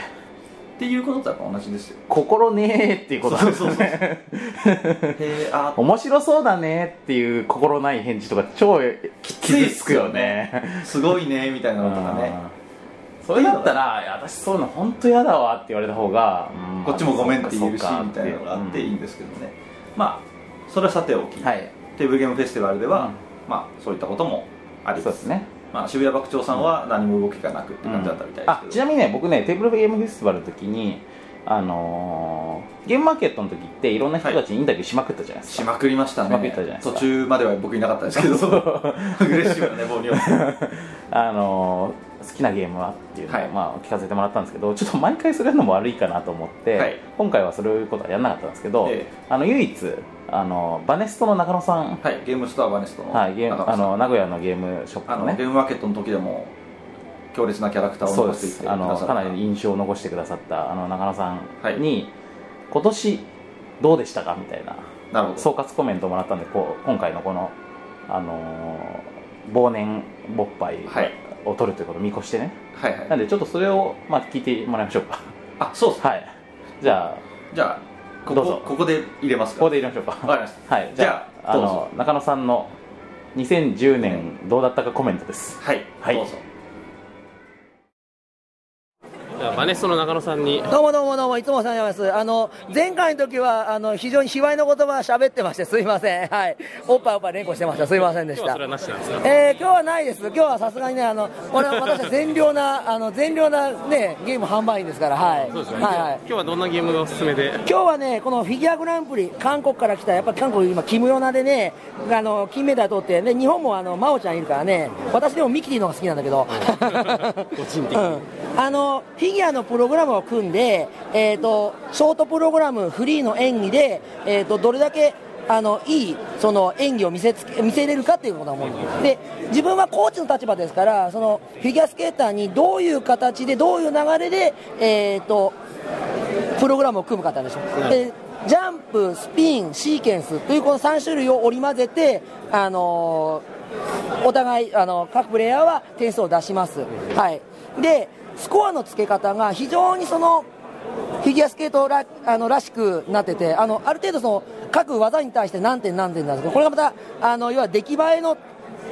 S2: っていうこととやっぱ同じです よ
S1: 心ねえっていうことなんですよ
S2: そうそう
S1: ね
S2: へえあ
S1: 面白そうだねっていう心ない返事とか超き
S2: ついっ
S1: つ
S2: す
S1: くよ
S2: よ
S1: ね
S2: ーすごいねみたいなのとかね
S1: うんそれだったらいや「私そういうの本当嫌だわ」って言われた方が、うん
S2: こっちもごめんって言えるし
S1: そうかそうか
S2: みたいなのがあって
S1: う
S2: い
S1: ん
S2: いんですけどね、まあそれはさておき、
S1: はい
S2: テーブルゲームフェスティバルでは、
S1: うん
S2: まあそういったこともあり
S1: そう
S2: つ
S1: で
S2: つ、
S1: すね
S2: まあ、渋谷爆鳥さんは何も動きがなくって感じだったみたいです
S1: あ
S2: けど、
S1: ちなみにね僕ねテーブルゲームフェスティバルの時にあのーゲームマーケットの時っていろんな人たちにインタビューしまくったじゃないです
S2: し
S1: か、
S2: まくりましたね
S1: しまくったじゃないですか
S2: 途中までは僕いなかったですけど アグレッシブなね棒には
S1: あのー好きなゲームはっていうのを、
S2: はい
S1: まあ、聞かせてもらったんですけどちょっと毎回それやるのも悪いかなと思って、
S2: はい
S1: 今回はそういうことはやらなかったんですけど、
S2: え
S1: あの唯一あのバネストの中野さん、
S2: はいゲームストアバネストの
S1: はい、ゲーム
S2: 中
S1: あ
S2: 野さん
S1: の名古屋のゲームショッ
S2: あの
S1: プのね
S2: ゲームマーケットの時でも強烈なキャラクターを
S1: そう
S2: 残
S1: で
S2: していって
S1: す
S2: く
S1: あ
S2: ださ
S1: の
S2: った
S1: かなり印象を残してくださったあの中野さんに、
S2: はい
S1: 今年どうでしたかみたいな
S2: なるほど
S1: 総括コメントをもらったんでこう今回のこの、あのー忘年勃発
S2: はい
S1: を取るということを見越してね、
S2: はいは
S1: ないんでちょっとそれを、まあ、聞いてもらいましょうか
S2: あそうです
S1: はいじゃあ
S2: じゃあこ
S1: どう
S2: こ
S1: ぞ
S2: ここで入れます
S1: こ
S2: か
S1: こ
S2: わ
S1: でいきましょうか
S2: かりまし
S1: はいじ
S2: じ
S1: ゃ
S2: ゃ
S1: あ
S2: あ
S1: あの中野さんの2010年どうだったかコメントです
S2: たはい、
S1: はい
S2: どうぞ
S3: じゃあバネストの中野さんに
S4: どうもどうもどうも、いつもお世話になります。あの、前回の時は、あの、非常に卑猥の言葉喋ってまして、すいません。はい。おっぱいおっぱい連呼してました。すいませんでし
S3: 今日は
S4: た
S3: それ。はなしなんですか
S4: えー、今日はないです。今日はさすがにね、あの、俺は私は善良な、あの、善良なね、ゲーム販売員ですから、はい。
S3: そうですよね、
S4: はいはい
S3: 今。日はどんなゲームがおすすめで
S4: 今日はね、このフィギュアグランプリ、韓国から来た、やっぱり韓国、今、キム・ヨナでね、あの金メダル取って、ね、日本もあの真央ちゃんいるからね、私でもミキティの方が好きなんだけど、
S3: 個人的に
S4: うんあのフィギュアのプログラムを組んで、えー、とショートプログラム、フリーの演技で、えー、とどれだけあのいいその演技を見せつけ見せれるかっていうことだもんで自分はコーチの立場ですからそのフィギュアスケーターにどういう形でどういう流れで、えー、とプログラムを組む方でしょ、でジャンプ、スピン、シーケンスというこの3種類を織り交ぜて、あのーお互い、あの各プレイヤーは点数を出します、はい、でスコアの付け方が非常にそのフィギュアスケートらあのらしくなっててあのある程度その各技に対して何点何点なんですけどこれがまたあの要は出来栄えの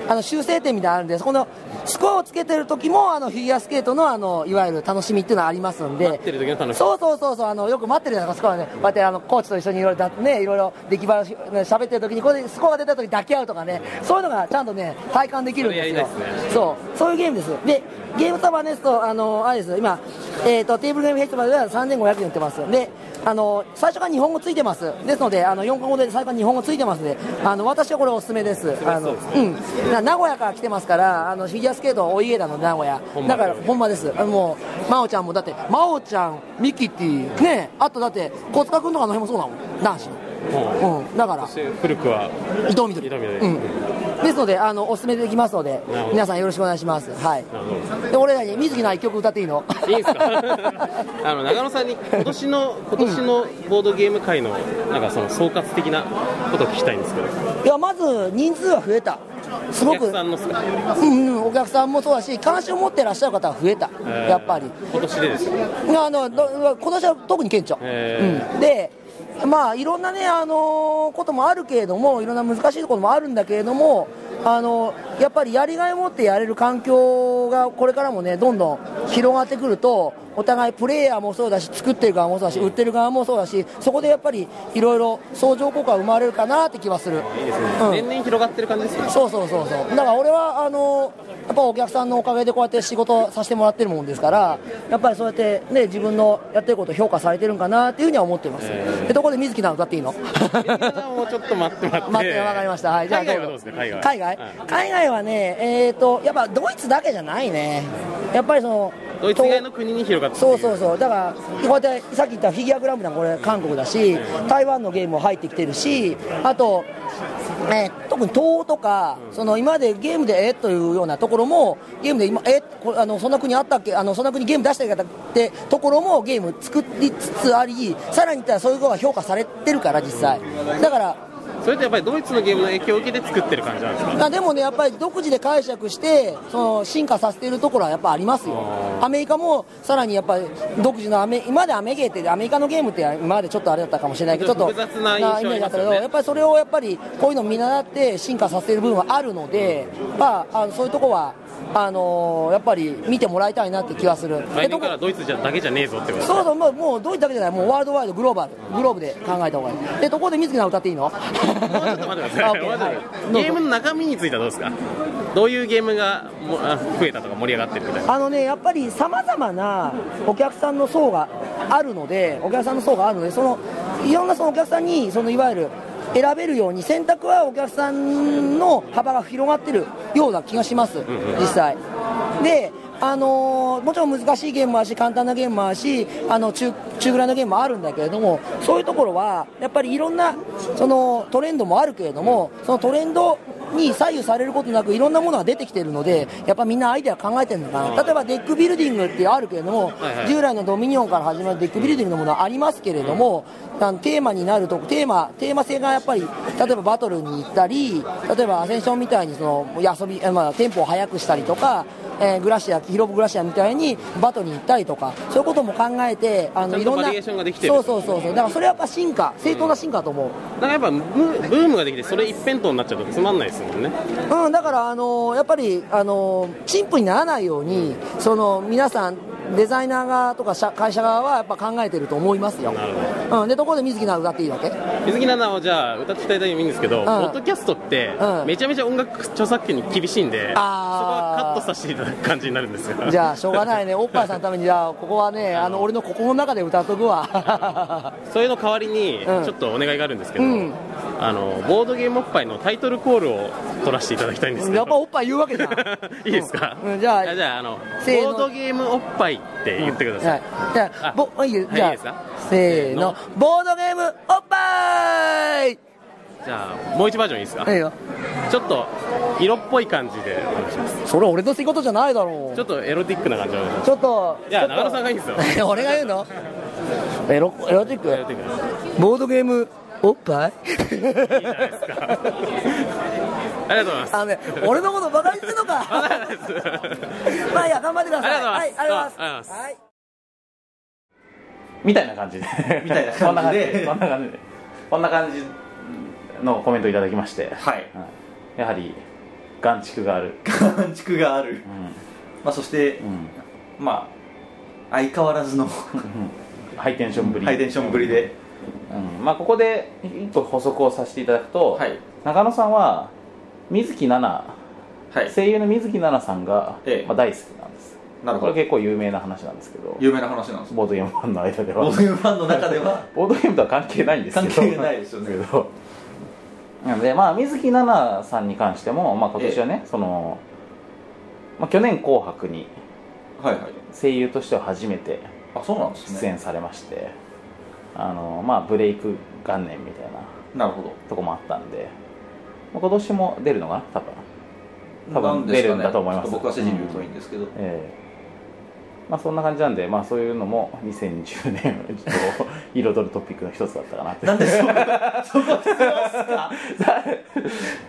S4: あの修正点みたいなのあるんですこのスコアをつけてる時もあのフィギュアスケートのあのいわゆる楽しみっていうのはありますんで
S3: 待ってる時の楽しみ
S4: そうそうそうそうあのよく待ってるじゃないですかスコアねこうやってあのコーチと一緒にいろいろだねいろいろ出来栄えをし喋ってる時にこれでスコアが出た時抱き合うとかねそういうのがちゃんとね体感できるんで
S3: そ
S4: すよ
S3: れやりたいですね
S4: そう、そういうゲームです。で、ゲームサバですと、あの、あれです、今、えっ、と、テーブルゲームフェスティバルでは3500円売ってます。で、あの、最初から日本語ついてます。ですので、あの、4個語で最初から日本語ついてますので、あの、私はこれおすすめです。あの、うん。な名古屋から来てますから、あの、フィギュアスケートお家なので、名古屋。
S3: 本場
S4: だから、ほんまです。あのもう、真央ちゃんも、だって、真央ちゃん、ミキティ、ね、あとだって、小塚君とかあの辺もそうだもん、男子
S3: も
S4: の。うん、だから
S3: うそ、して古くは
S4: 伊藤みどり。
S3: 伊藤みどり
S4: うん。ですので、あの、おすすめできますの
S3: な
S4: で
S3: るほ、ど
S4: 皆さんよろしくお願いします。はい。
S3: なるほど
S4: で俺らに水木の一曲歌っていいの
S3: いい んすかあの長野さんに今年の今年のボードゲーム界のなんかその総括的なことを聞きたいんですけど
S4: いやまず人数は増えたす
S3: お
S4: ごく
S3: 客さんのすか
S4: うんうん、お客さんもそうだし関心を持ってらっしゃる方は増えた、やっぱり
S3: 今年でですね
S4: いやあのど今年は特に顕著、
S3: へ
S4: うん、でまあいろんなねあのーこともあるけれどもいろんな難しいところもあるんだけれどもあのやっぱりやりがいを持ってやれる環境がこれからもねどんどん広がってくるとお互いプレイヤーもそうだし作ってる側もそうだし売ってる側もそうだしそこでやっぱりいろいろ相乗効果が生まれるかなって気はする
S3: いいですね、
S4: うん
S3: 年々広がってる感じです ね
S4: そうそうそうそうだから俺はあのやっぱお客さんのおかげでこうやって仕事させてもらってるもんですからやっぱりそうやってね自分のやってること評価されてるんかなっていうふうには思ってます、でところで水木さん歌って いいの
S3: もうちょっと待って待って
S4: 待ってわかりましたはいじゃあ
S3: 海外は
S4: ど
S3: どう
S4: う
S3: で
S4: ぞ
S3: すか海外
S4: 海外
S3: うん
S4: 海外はねえっ、とやっぱドイツだけじゃないねやっぱりその
S3: ドイツ以外の国に広がってる
S4: そうそうそうだからこうやってさっき言ったフィギュアグラムなんかこれ韓国だし台湾のゲームも入ってきてるしあと、えー特に東欧とか、その今までゲームでえーというようなところもゲームで今えーこれあのそんな国あったっけあのそんな国ゲーム出したり方ってところもゲーム作りつつありさらに言ったらそういうことが評価されてるから実際だから
S3: それってやっぱりドイツのゲームの影響を受けて作ってる感じなんですか
S4: あでもね、やっぱり独自で解釈して、その進化させているところはやっぱありますよ、アメリカもさらにやっぱり独自のアメ、今までアメゲーって、アメリカのゲームって、今までちょっとあれだったかもしれないけど、ちょっと
S3: 複雑な印象ありますよね
S4: イメージだったけど、やっぱりそれをやっぱりこういうのを見習って進化させている部分はあるので、まあ、あのそういうところはあのーやっぱり見てもらいたいなって気はす
S3: 来
S4: る。で
S3: 年
S4: とこ
S3: からドイツじゃだけじゃねえぞってこと
S4: そうそう、もうもうドイツだけじゃない、もうワールドワイド、グローバル、グローブで考えた方がいい。で、ところで水木さん歌っていいの
S3: もうちょっと待ってください
S4: あ OK
S3: もうちょっと待ってください
S4: はいどうぞ
S3: ゲームの中身についてはどうですかどういうゲームがもあ増えたとか盛り上がってるみたいな
S4: あのね、やっぱりさまざまなお客さんの層があるので、お客さんの層があるので、そのいろんなそのお客さんにそのいわゆる選べるように、選択はお客さんの幅が広がってるような気がします、実際。であのーもちろん難しいゲームもあるし簡単なゲームもあるしあの中中ぐらいのゲームもあるんだけれどもそういうところはやっぱりいろんなそのトレンドもあるけれどもそのトレンドに左右されることなくいろんなものが出てきてるのでやっぱみんなアイデア考えてるのかな例えばデックビルディングってあるけれども、
S3: いはい
S4: 従来のドミニオンから始まるデックビルディングのものはありますけれども、あのテーマになるとテーマテーマ性がやっぱり例えばバトルに行ったり例えばアセンションみたいにその遊び、えまあ、テンポを速くしたりとか、えーグラシアヒロブグラシアみたいにバトルに行ったりとかそういうことも考えてあ
S3: ちゃんと
S4: のいろん
S3: バ
S4: な
S3: リエーションができてる
S4: そうそうそうそうだからそれはやっぱ進化正当な進化だと思う、
S3: だからやっぱブブームができてそれ一辺倒になっちゃうとつまんないですもんね
S4: うん、だから、あのやっぱり、あの陳腐にならないように、その皆さん、デザイナー側とか社会社側はやっぱ考えてると思いますよ、
S3: なるほ
S4: うん、でところで水木奈々歌っていいわけ
S3: 水木奈々をじゃあ歌っていただいてもいいんですけど、ポッドキャストって
S4: うん
S3: めちゃめちゃ音楽著作権に厳しいんで、そこはカットさせていただく感じになるんですが
S4: じゃあ、しょうがないね、おっぱいさんのために、じゃあ、ここはね、あの俺の心の中で歌っとくわ、
S3: そういうの代わりにち
S4: うん
S3: ょっとお願いがあるんですけど、
S4: うん
S3: あのボードゲームおっぱいのタイトルコールを取らせていただきたいんですけ
S4: やっぱ
S3: ど
S4: おっぱい言うわけじゃん
S3: いいですか、
S4: うんうんじゃあ
S3: あじゃああのボ
S4: せーの
S3: ードゲームおっぱいって言ってくださ、
S4: はいいじゃあ
S3: あ
S4: ぼいいよ
S3: はい
S4: じゃ
S3: い
S4: あ
S3: いですか
S4: せーの
S3: せ
S4: ボードゲームおっぱい
S3: じゃあもう一バージョンいいですか、
S4: いいよ
S3: ちょっと色っぽい感じでお願いします
S4: それ俺の仕事じゃないだろう
S3: ちょっとエロティックな感じでお願いします
S4: ちょっと
S3: いや
S4: ちょっと
S3: 長野さんがいいん ですよ
S4: 俺が言うのエロエロティッ
S3: エロ
S4: ク
S3: ティックな
S4: ボードゲームおっぱい
S3: いいじゃないですかありがとうございます
S4: あのね俺のことバカにするの
S3: あり
S4: か
S3: がとうござい ます
S4: まあいいや頑張ってください
S3: ありがとうございます
S4: はいありがとうございます
S3: あ
S4: はい
S1: みたいな感じで
S2: みたいな感じで
S1: こんな感じでこんな感じでこんな感じのコメントをいただきまして、
S2: はい
S1: やはり眼蓄がある、
S2: 感触がある
S1: う、ん
S2: まあ、そして、
S1: うん
S2: まあ相変わらずの
S1: ハイテンションぶり
S2: ハイテンションぶりで、
S1: うんまあ、ここで一個補足をさせていただくと、
S2: はい
S1: 中野さんは水木奈
S2: は
S1: 々声優の水木奈々さんが、
S2: ええ
S1: まあ、大好きなんです
S2: なるほ
S1: これ
S2: ど
S1: 結構有名な話なんですけど
S2: 有名な話 なんです
S1: ボードゲームファンの間では
S2: ボードゲームファンの中では
S1: ボードゲームとは関係ないんですけど
S2: 関係ないですよね
S1: けどなのでまあ水木奈々さんに関しても、まあ、今年はね、その、まあ、去年「紅白」に
S2: はいはい
S1: 声優としては初めて
S2: あそうなんです
S1: 出
S2: ね
S1: 演されまして、あのまあブレイク元年みたいな
S2: なるほど
S1: とこもあったんで、まあ、今年も出るのかな多分多
S2: な
S1: 分
S2: んですかね
S1: 出るんだと思います
S2: ちょっ僕は筋言うといいんですけど、
S1: ええまあそんな感じなんでまあそういうのも2010年をちょっと彩るトピックの一つだったかなって
S2: なんでそこそこ必要っすか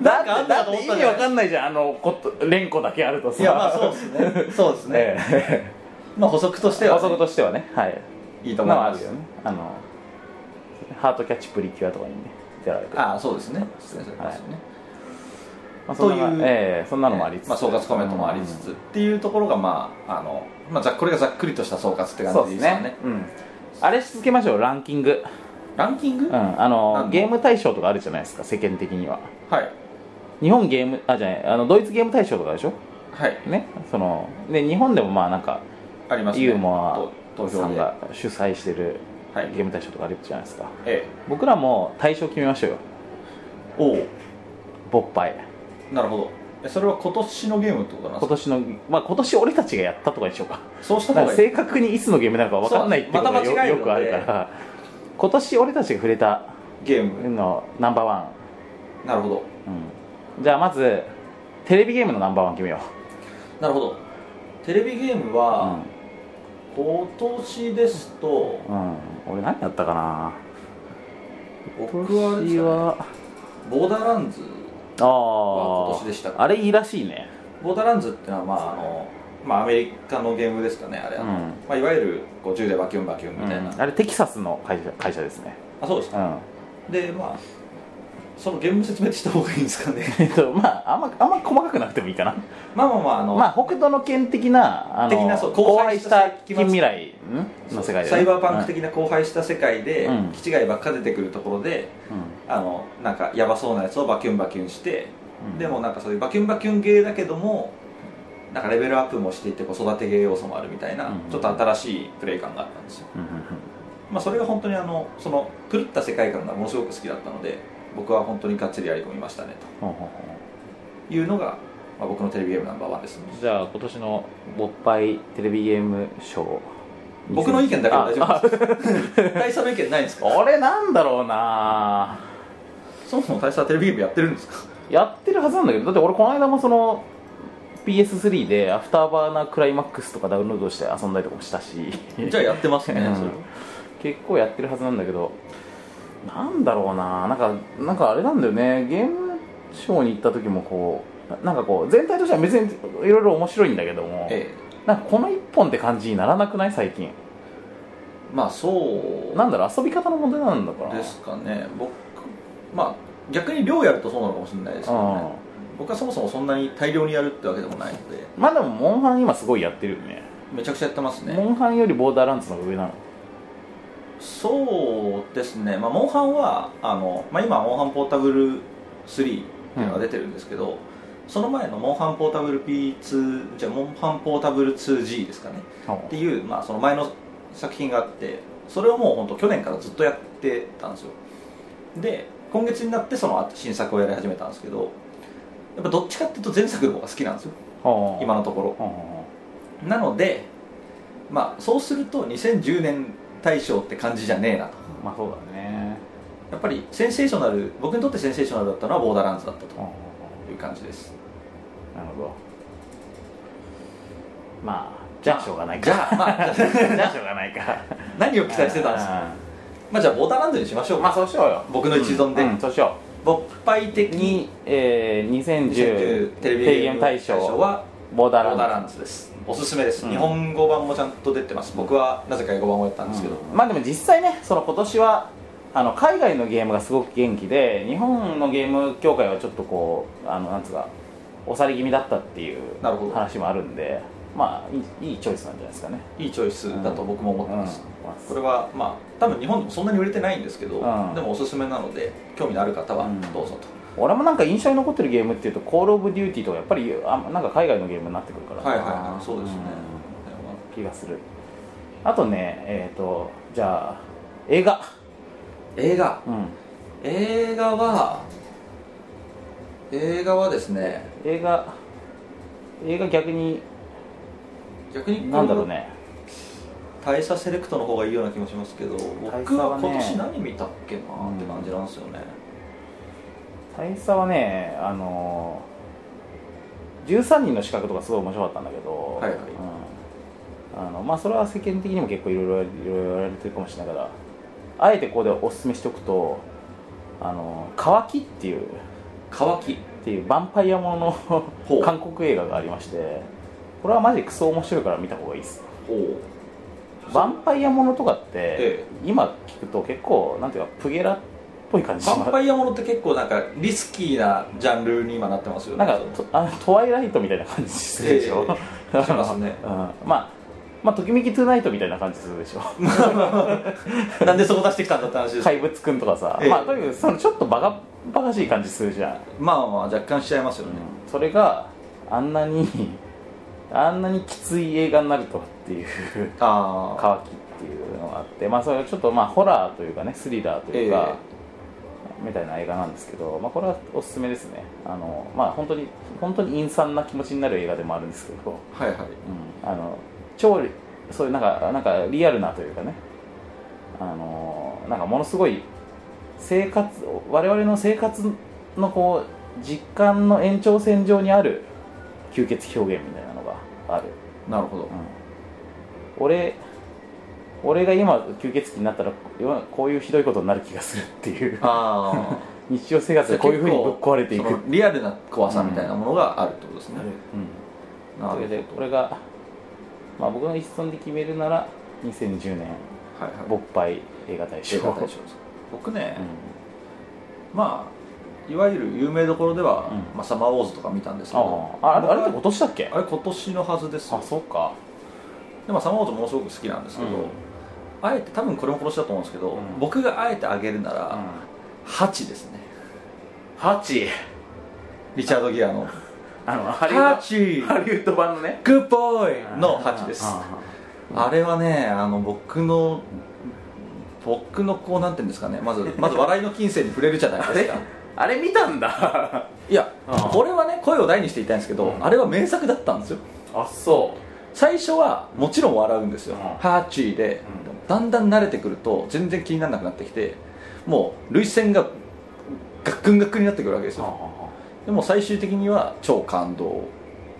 S1: だ
S2: なんかあ
S1: っ
S2: んの
S1: て
S2: か
S1: だっ
S2: と思
S1: て
S2: った
S1: 意味
S2: じゃない
S1: わかんないじゃんあのこと連呼だけあるとさ
S2: いやまあそう ですねそうですね、
S1: ええ
S2: まあ補足としては、
S1: 法則としてはねはい
S2: いいと思い
S1: のはあ
S2: ま
S1: る
S2: す
S1: よねあのハートキャッチプリキュアとかにね出られて
S2: ああそうですね失礼しましたね、
S1: まあ、そんな
S2: という
S1: ええそんなのもありつつ、
S2: まあ、総括コメントもありつつ、っていうところが、まああのまあ、ざっこれがざっくりとした総括って
S1: そ
S2: 感
S1: う
S2: じで
S1: で
S2: すすよね
S1: ね、うん、あれし続けましょうランキング、
S2: ランキング、
S1: うん、あ
S2: なん
S1: の
S2: の
S1: ゲーム大賞とかあるじゃないですか世間的には
S2: はい
S1: 日本ゲームあじゃないあのドイツゲーム大賞とかでしょ
S2: はい
S1: ねそのね日本でもまあなんか
S2: ありますね
S1: ユーモ
S2: と投
S1: アさ
S2: 票
S1: ん
S2: で
S1: が主催してる
S2: はい
S1: ゲーム大賞とかあるじゃないですか
S2: ええ
S1: 僕らも大賞決めましょうよ
S2: おお
S1: 勃発
S2: なるほどえそれは今年のゲームってことなんで
S1: 今
S2: すか
S1: 年のまあ今年俺たちがやったとかにしようか
S2: そうした
S1: だ
S2: 方
S1: か
S2: が
S1: ら
S2: いい
S1: 正確にいつのゲームなのか分かんないってことがよ,、
S2: そうまた間違える
S1: よ
S2: ので
S1: くあるから今年俺たちが触れた
S2: ゲーム
S1: のナンバーワ
S2: なるほど
S1: ン、うん、じゃあまずテレビゲームのナンバーワン決めよ
S2: なるほどテレビゲーム
S1: う、う
S2: は
S1: ん、
S2: 今年ですと、
S1: うん、俺何やったかな
S2: 僕はあれですかね
S1: は
S2: ボーダーランズ
S1: あ
S2: は
S1: あ
S2: 今年でしたっけ
S1: あれいいらしいね
S2: ボーダーランズっていうのは、まああのまあ、アメリカのゲームですかねあれ、
S1: うん
S2: まあ、いわゆるこう銃でバキュンバキュンみたいな、
S1: うんあれテキサスの会社会社ですね
S2: あそうです
S1: う
S2: か、
S1: ん
S2: でまあそのゲーム説明ってした方がいいんですかね
S1: えっとまああんまあんま細かくなくてもいいかな
S2: まあまあまああの、
S1: まあ北斗の拳的なあの
S2: 的なそう
S1: 荒
S2: 荒
S1: 廃
S2: 廃
S1: し
S2: したた
S1: 近未来んの世界でね
S2: サイバーパンク的な荒廃した世界で、
S1: うん
S2: 気違いばっか出てくるところで
S1: うん
S2: あのなんかヤバそうなやつをバキュンバキュンして、
S1: うん
S2: でもなんかそういうバキュンバキュンゲーだけどもなんかレベルアップもしていってこう育てゲー要素もあるみたいな、
S1: うん
S2: ちょっと新しいプレイ感があったんですよ
S1: うんうん
S2: まあ、それが本当にあのその狂った世界観がものすごく好きだったので僕は本当にがっつりやり込みましたね
S1: ほうほうほう
S2: というのが、まあ、僕のテレビゲームナンバーワンですね
S1: じゃあ今年の勃発テレビゲーム賞
S2: 僕の意見だけで大丈
S1: あ
S2: 夫ですか 大差の意見ないんですか
S1: あ俺なんだろうな
S2: そもそも大差はテレビゲームやってるんですか
S1: やってるはずなんだけどだって俺この間もその PS3 でアフターバーナークライマックスとかダウンロードして遊んだりとかもしたし
S2: じゃあやってますね、
S1: うん
S2: それは
S1: 結構やってるはずなんだけどなんだろうななんかなんかあれなんだよねゲームショーに行った時もこうななんかこう全体としては別にいろいろ面白いんだけども、
S2: え
S1: なんかこの一本って感じにならなくない最近
S2: えまあそう
S1: なんだろう遊び方の問題なんだから
S2: ですかね僕まあ逆に量やるとそうなのかもしれないですけどね僕はそもそもそんなに大量にやるってわけでもないので
S1: まあでもモンハン今すごいやってるよね
S2: めちゃくちゃやってますね
S1: モンハンよりボーダーランズの方が上なの
S2: そうですね、まあ、モンハンはあの、まあ、今、モンハンポータブル3っていうのが出てるんですけど、その前のモンハンポータブル P2 じゃあモンハンポータブル 2G ですかねっていう、まあ、その前の作品があってそれをもう本当去年からずっとやってたんですよで今月になってその後新作をやり始めたんですけどやっぱどっちかっていうと前作の方が好きなんですよ
S1: はあ
S2: 今のところ
S1: はあは
S2: なのでまあそうすると2010年大賞って感じじゃねえなと
S1: あまあそうだね
S2: やっぱりセンセーショナル僕にとってセンセーショナルだったのはボーダーランズだった
S1: はあは
S2: という感じです
S1: あなるほどまあじゃあしょうがないか
S2: じゃあま あじゃあ
S1: じゃあしょうがないか
S2: 何を期待してたんですかまあじゃあボーダーランズにしましょ
S1: う
S2: うんか、
S1: まあそうしようよ
S2: 僕の一存で
S1: うんうんそうしよ
S2: 勃発
S1: う
S2: 的に
S1: に、えー、2010
S2: 2010
S1: テ
S2: テ
S1: レ
S2: レ
S1: ビ
S2: ビ
S1: ゲ
S2: ゲー
S1: ーム
S2: ム
S1: 大
S2: 大
S1: 賞
S2: 賞は
S1: ボーダ
S2: ボ
S1: ーラ
S2: ー
S1: ン
S2: ダーランズですおすすめです、
S1: うん
S2: 日本語版もちゃんと出てます僕はなぜか英語版をやったんですけど、
S1: まあでも実際ねその今年はあの海外のゲームがすごく元気で日本のゲーム協会はちょっとこうあのなんつうか押され気味だったっていう
S2: なるほど
S1: 話もあるんでまあいいいいチョイスなんじゃないですかね
S2: いいチョイスだと僕も思ってます、
S1: うん
S2: これはまあ多分日本でもそんなに売れてないんですけど、
S1: うん
S2: でもおすすめなので興味のある方はどうぞと、
S1: 俺もなんか印象に残ってるゲームっていうと「コール・オブ・デューティー」とかやっぱりあなんか海外のゲームになってくるか
S2: は
S1: ら
S2: いはいはいそうですね、
S1: うん気がするあとねえっ、とじゃあ映画
S2: 映画
S1: うん
S2: 映画は映画はですね
S1: 映画映画逆に
S2: 逆に
S1: なんだろうね
S2: 大佐セレクトの方がいいような気もしますけど僕は今年何見たっけなって感じなんですよね、
S1: 大佐はねあのー13人の資格とかすごい面白かったんだけど、
S2: はいはい
S1: うんあのまあ、それは世間的にも結構いろいろいろいろ言われてるかもしれないからあえてここでおすすめしておくと「あのー乾き」っていう
S2: 乾き
S1: っていうヴァンパイアもの
S2: ほ
S1: の
S2: う
S1: 韓国映画がありましてこれはマジでクソ面白いから見た方がいいです
S2: おう
S1: ヴァンパイアものとかって、
S2: え
S1: 今聞くと結構なんていうかプゲラっぽい感じし
S2: ヴァン
S1: ま
S2: パイアものって結構なんかリスキーなジャンルに今なってますよ
S1: す
S2: ね
S1: なんかとあのトワイライトみたいな感じするでしょ、
S2: ええしますね
S1: うん、まあまあときめきトゥーナイトみたいな感じするでしょ
S2: なんでそこ出してきたんだって話です
S1: 怪物くんとかさ、
S2: ええ
S1: まあとにかくそのちょっとバカバカしい感じするじゃん
S2: まあまあ若干しちゃいますよね、
S1: それがあんなにあんなにきつい映画になるとはっていう
S2: ああ
S1: 乾きっていうのがあって、まあ、それはちょっとまあホラーというかねスリラーというか、みたいな映画なんですけど、まあ、これはおすすめですねあの、まあ、本当に本当に陰惨な気持ちになる映画でもあるんですけど、
S2: はいはい
S1: うん、あの超そういうなんかなんかリアルなというかねあのなんかものすごい生活我々の生活のこう実感の延長線上にある吸血表現みたいなのがある
S2: なるほど
S1: うん俺俺が今吸血鬼になったら今こういうひどいことになる気がするっていう
S2: あ
S1: 日常生活
S2: あ
S1: でこういうふうにぶっ壊れていく
S2: そのリアルな怖さみたいなものがあるってことですね、な
S1: それ
S2: る
S1: でこれが、まあ、僕の一存で決めるなら2010
S2: ほどはいは
S1: 年
S2: い
S1: 勃発映画大賞
S2: 映画大賞です僕ね、まあいわゆる有名どころでは、
S1: うん
S2: まあ、サマーウォーズとか見たんですけど
S1: あああれあれって
S2: 僕は
S1: 今年だっけ
S2: あれ今年のはずですよ
S1: あそうか
S2: でもサマーウォーズものすごく好きなんですけど、
S1: うん
S2: あえて多分これも殺しだと思うんですけど、
S1: うん
S2: 僕があえてあげるなら、ハチですね
S1: 8
S2: リチャード・ギアの
S1: あのハリウ
S2: ハ
S1: ッ
S2: チ
S1: ドハリウッド版のね
S2: グッボーイのハチです
S1: あ
S2: あれはねあの僕の僕のこうなんていうんですかねまず まず笑いの金銭に触れるじゃない
S1: あ
S2: です
S1: れ
S2: か
S1: あれ見たんだ
S2: いや
S1: あ
S2: これはね声を大にして言いたいんですけど、
S1: うん
S2: あれは名作だったんですよ
S1: あそう
S2: 最初はもちろん笑うんですよ、
S1: うん
S2: ハーチーで、だんだん慣れてくると全然気にならなくなってきてもう涙腺がガックンガックンになってくるわけですよ、でも最終的には超感動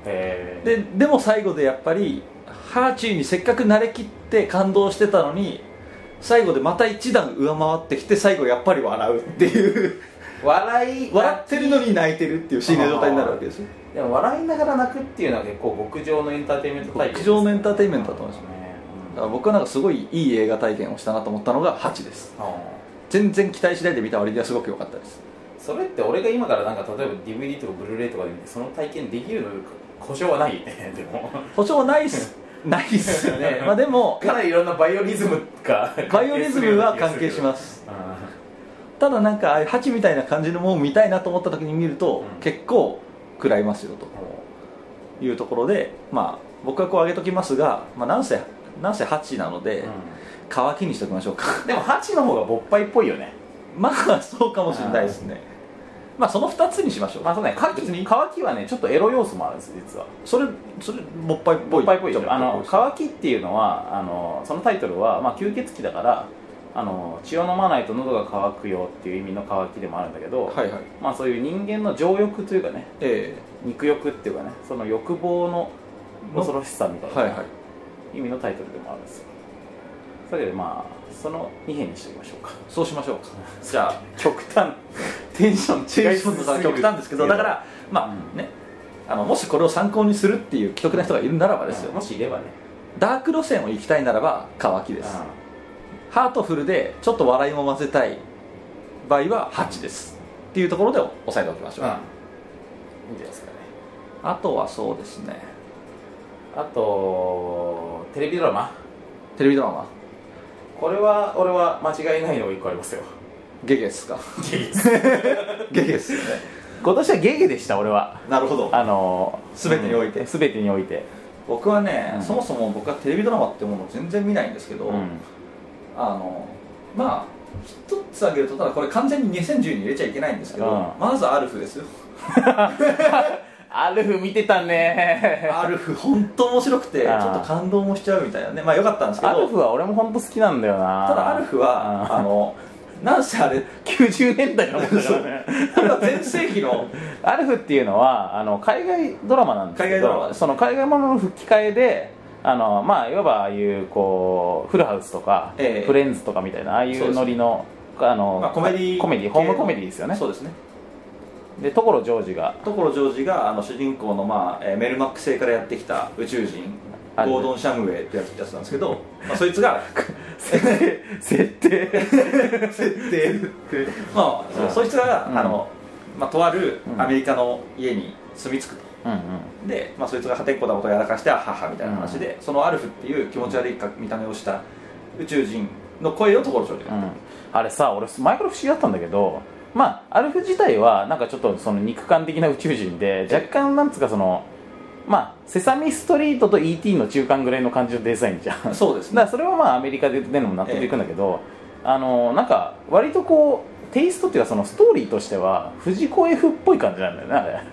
S1: へ
S2: ででも最後でやっぱりハーチーにせっかく慣れきって感動してたのに最後でまた一段上回ってきて最後やっぱり笑うっていう
S1: 笑い
S2: 笑ってるのに泣いてるっていう不思議な状態になるわけですよ
S1: でも笑いながら泣くっていうのは結構極上のエンターテインメント体験
S2: 極上のエンターテインメントだと思いますね
S1: ね
S2: だから僕はなんかすごいいい映画体験をしたなと思ったのがハチです
S1: うん
S2: 全然期待しないで見た割にはすごく良かったです
S1: それって俺が今からなんか例えば DVD とかブルーレイとかで見てその体験できる故障はない ねでも
S2: 保証ないっ すないっすよねまあでも
S1: かなりいろんなバイオリズム が
S2: バイオリズムは関係し
S1: す
S2: ます
S1: るような気がする
S2: ただなんかああいうハチみたいな感じのものを見たいなと思った時に見ると、
S1: うん
S2: 結構食らいますよと
S1: けどうん
S2: いうところでまあ僕はこう上げときますが、まあ、なんせなんせハチなので、
S1: うん
S2: 乾きにしておきましょうか
S1: でも8の方が勃発っぽいよね
S2: まあそうかもしれないですねまあその2つにしましょう、
S1: まあそうね、乾き乾きはねちょっとエロ要素もあるんです実は
S2: それそれもっぱいっぽ
S1: 勃
S2: い
S1: 発っぽいでしょあ
S2: ちょ
S1: の
S2: っと
S1: 乾きっていうのはあのそのタイトルは、まあ、吸血鬼だからあの血を飲まないと喉が渇くよっていう意味の乾きでもあるんだけど、
S2: はいはい
S1: まあ、そういう人間の情欲というかね
S2: え
S1: 肉欲っていうかねその欲望の恐ろしさみた
S2: え
S1: い
S2: はい
S1: な
S2: はい
S1: 意味のタイトルでもあるんですよそれでまあその2編にしておきましょうか
S2: そうしましょうじゃあ
S1: 極端テンション
S2: テン
S1: 違い
S2: シ
S1: す
S2: ョン
S1: ぎる
S2: の差が極端ですけどだからまあねあのもしこれを参考にするっていう既得な人がいるならばですよ、
S1: もしいればね
S2: ダーク路線を行きたいならば乾きです、ハートフルでちょっと笑いも混ぜたい場合は8ですっていうところで押さえておきましょう、
S1: いいんじゃないですかね
S2: あとはそうですね
S1: あとテレビドラマ
S2: テレビドラマ
S1: これは俺は間違いないのが1個ありますよ
S2: ゲゲですかゲゲですね
S1: 今年はゲゲでした俺は
S2: なるほど
S1: あの
S2: 全てにおいて
S1: うん全てにおいて
S2: 僕はね、
S1: うん
S2: そもそも僕はテレビドラマってものを全然見ないんですけど、
S1: うん
S2: あのまあ一つ挙げるとただこれ完全に2010に入れちゃいけないんですけど、
S1: うん
S2: まずアルフ ですよ
S1: アルフ見てたね
S2: アルフ本当面白くてちょ
S1: あー
S2: っと感動もしちゃうみたいなねまあ良かったんですけ
S1: ア
S2: ど
S1: ルフは俺も本当好きなんだよな
S2: ただアルフはあのなんせあれ
S1: 90年代のものだからね
S2: あれは全盛期の
S1: アルフっていうのはあの海外ドラマなんですけど
S2: 海外ドラマです
S1: その海外ものの吹き替えであのまあいわばああいうこうフルハウスとか、
S2: ええ
S1: フレンズとかみたいなああい
S2: そう
S1: う
S2: ですね
S1: ノリの,、あの
S2: まあコメディ
S1: コメディホームコメディですよね
S2: そうですね
S1: で所ジョージが
S2: 所ジョージがあの主人公の、まあえーメルマック星からやってきた宇宙人
S1: あ
S2: ゴードン・シャムウェイってやつやつなんですけど、まあ、そいつ が
S1: 設定設 定
S2: 設定まあ、そう
S1: うん
S2: そいつが、
S1: うん
S2: あのまあ、とある
S1: うん
S2: アメリカの家に住み着くと
S1: うんうん
S2: で、まあ、そいつが破天荒なことをやらかしては母みたいな話で、そのアルフっていう気持ち悪いか見た目をした宇宙人の声を所ジョージが、
S1: うんあれさ俺前から不思議だったんだけどまあアルフ自体はなんかちょっとその肉感的な宇宙人で若干なんつうかそのまあセサミストリートと ET の中間ぐらいの感じのデザインじゃん
S2: そうです
S1: だ
S2: ね
S1: からそれはまあアメリカででも納得いくんだけど、あのなんか割とこうテイストっていうかそのストーリーとしては藤子 F っぽい感じなんだよねあ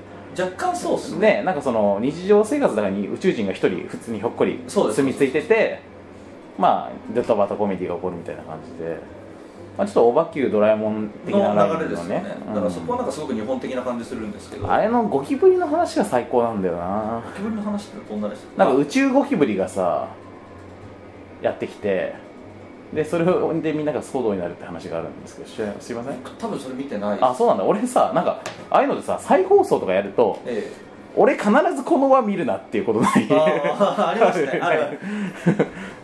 S2: 若干そうっす
S1: れ
S2: ね
S1: ねなんかその日常生活の中に宇宙人が一人普通にひょっこり
S2: そうです
S1: 住み着いててまあドタバタコメディが起こるみたいな感じで、まあ、ちょっとオバキュードラえもん的
S2: の
S1: なラ
S2: 流
S1: イ
S2: れ
S1: ン
S2: です
S1: の
S2: よ
S1: ね
S2: ねだからそこは
S1: う
S2: なんかすごく日本的な感じするんですけど
S1: んあれのゴキブリの話が最高なんだよな
S2: ゴキブリの話ってどんなでした
S1: なんか宇宙ゴキブリがさやってきてでそれでみんなが騒動になるって話があるんですけど知らすいません
S2: 多分それ見てない
S1: あそうなんだ俺さなんかああいうのでさ再放送とかやると
S2: え
S1: 俺必ずこの輪見るなっていうことない
S2: えあー あります ねある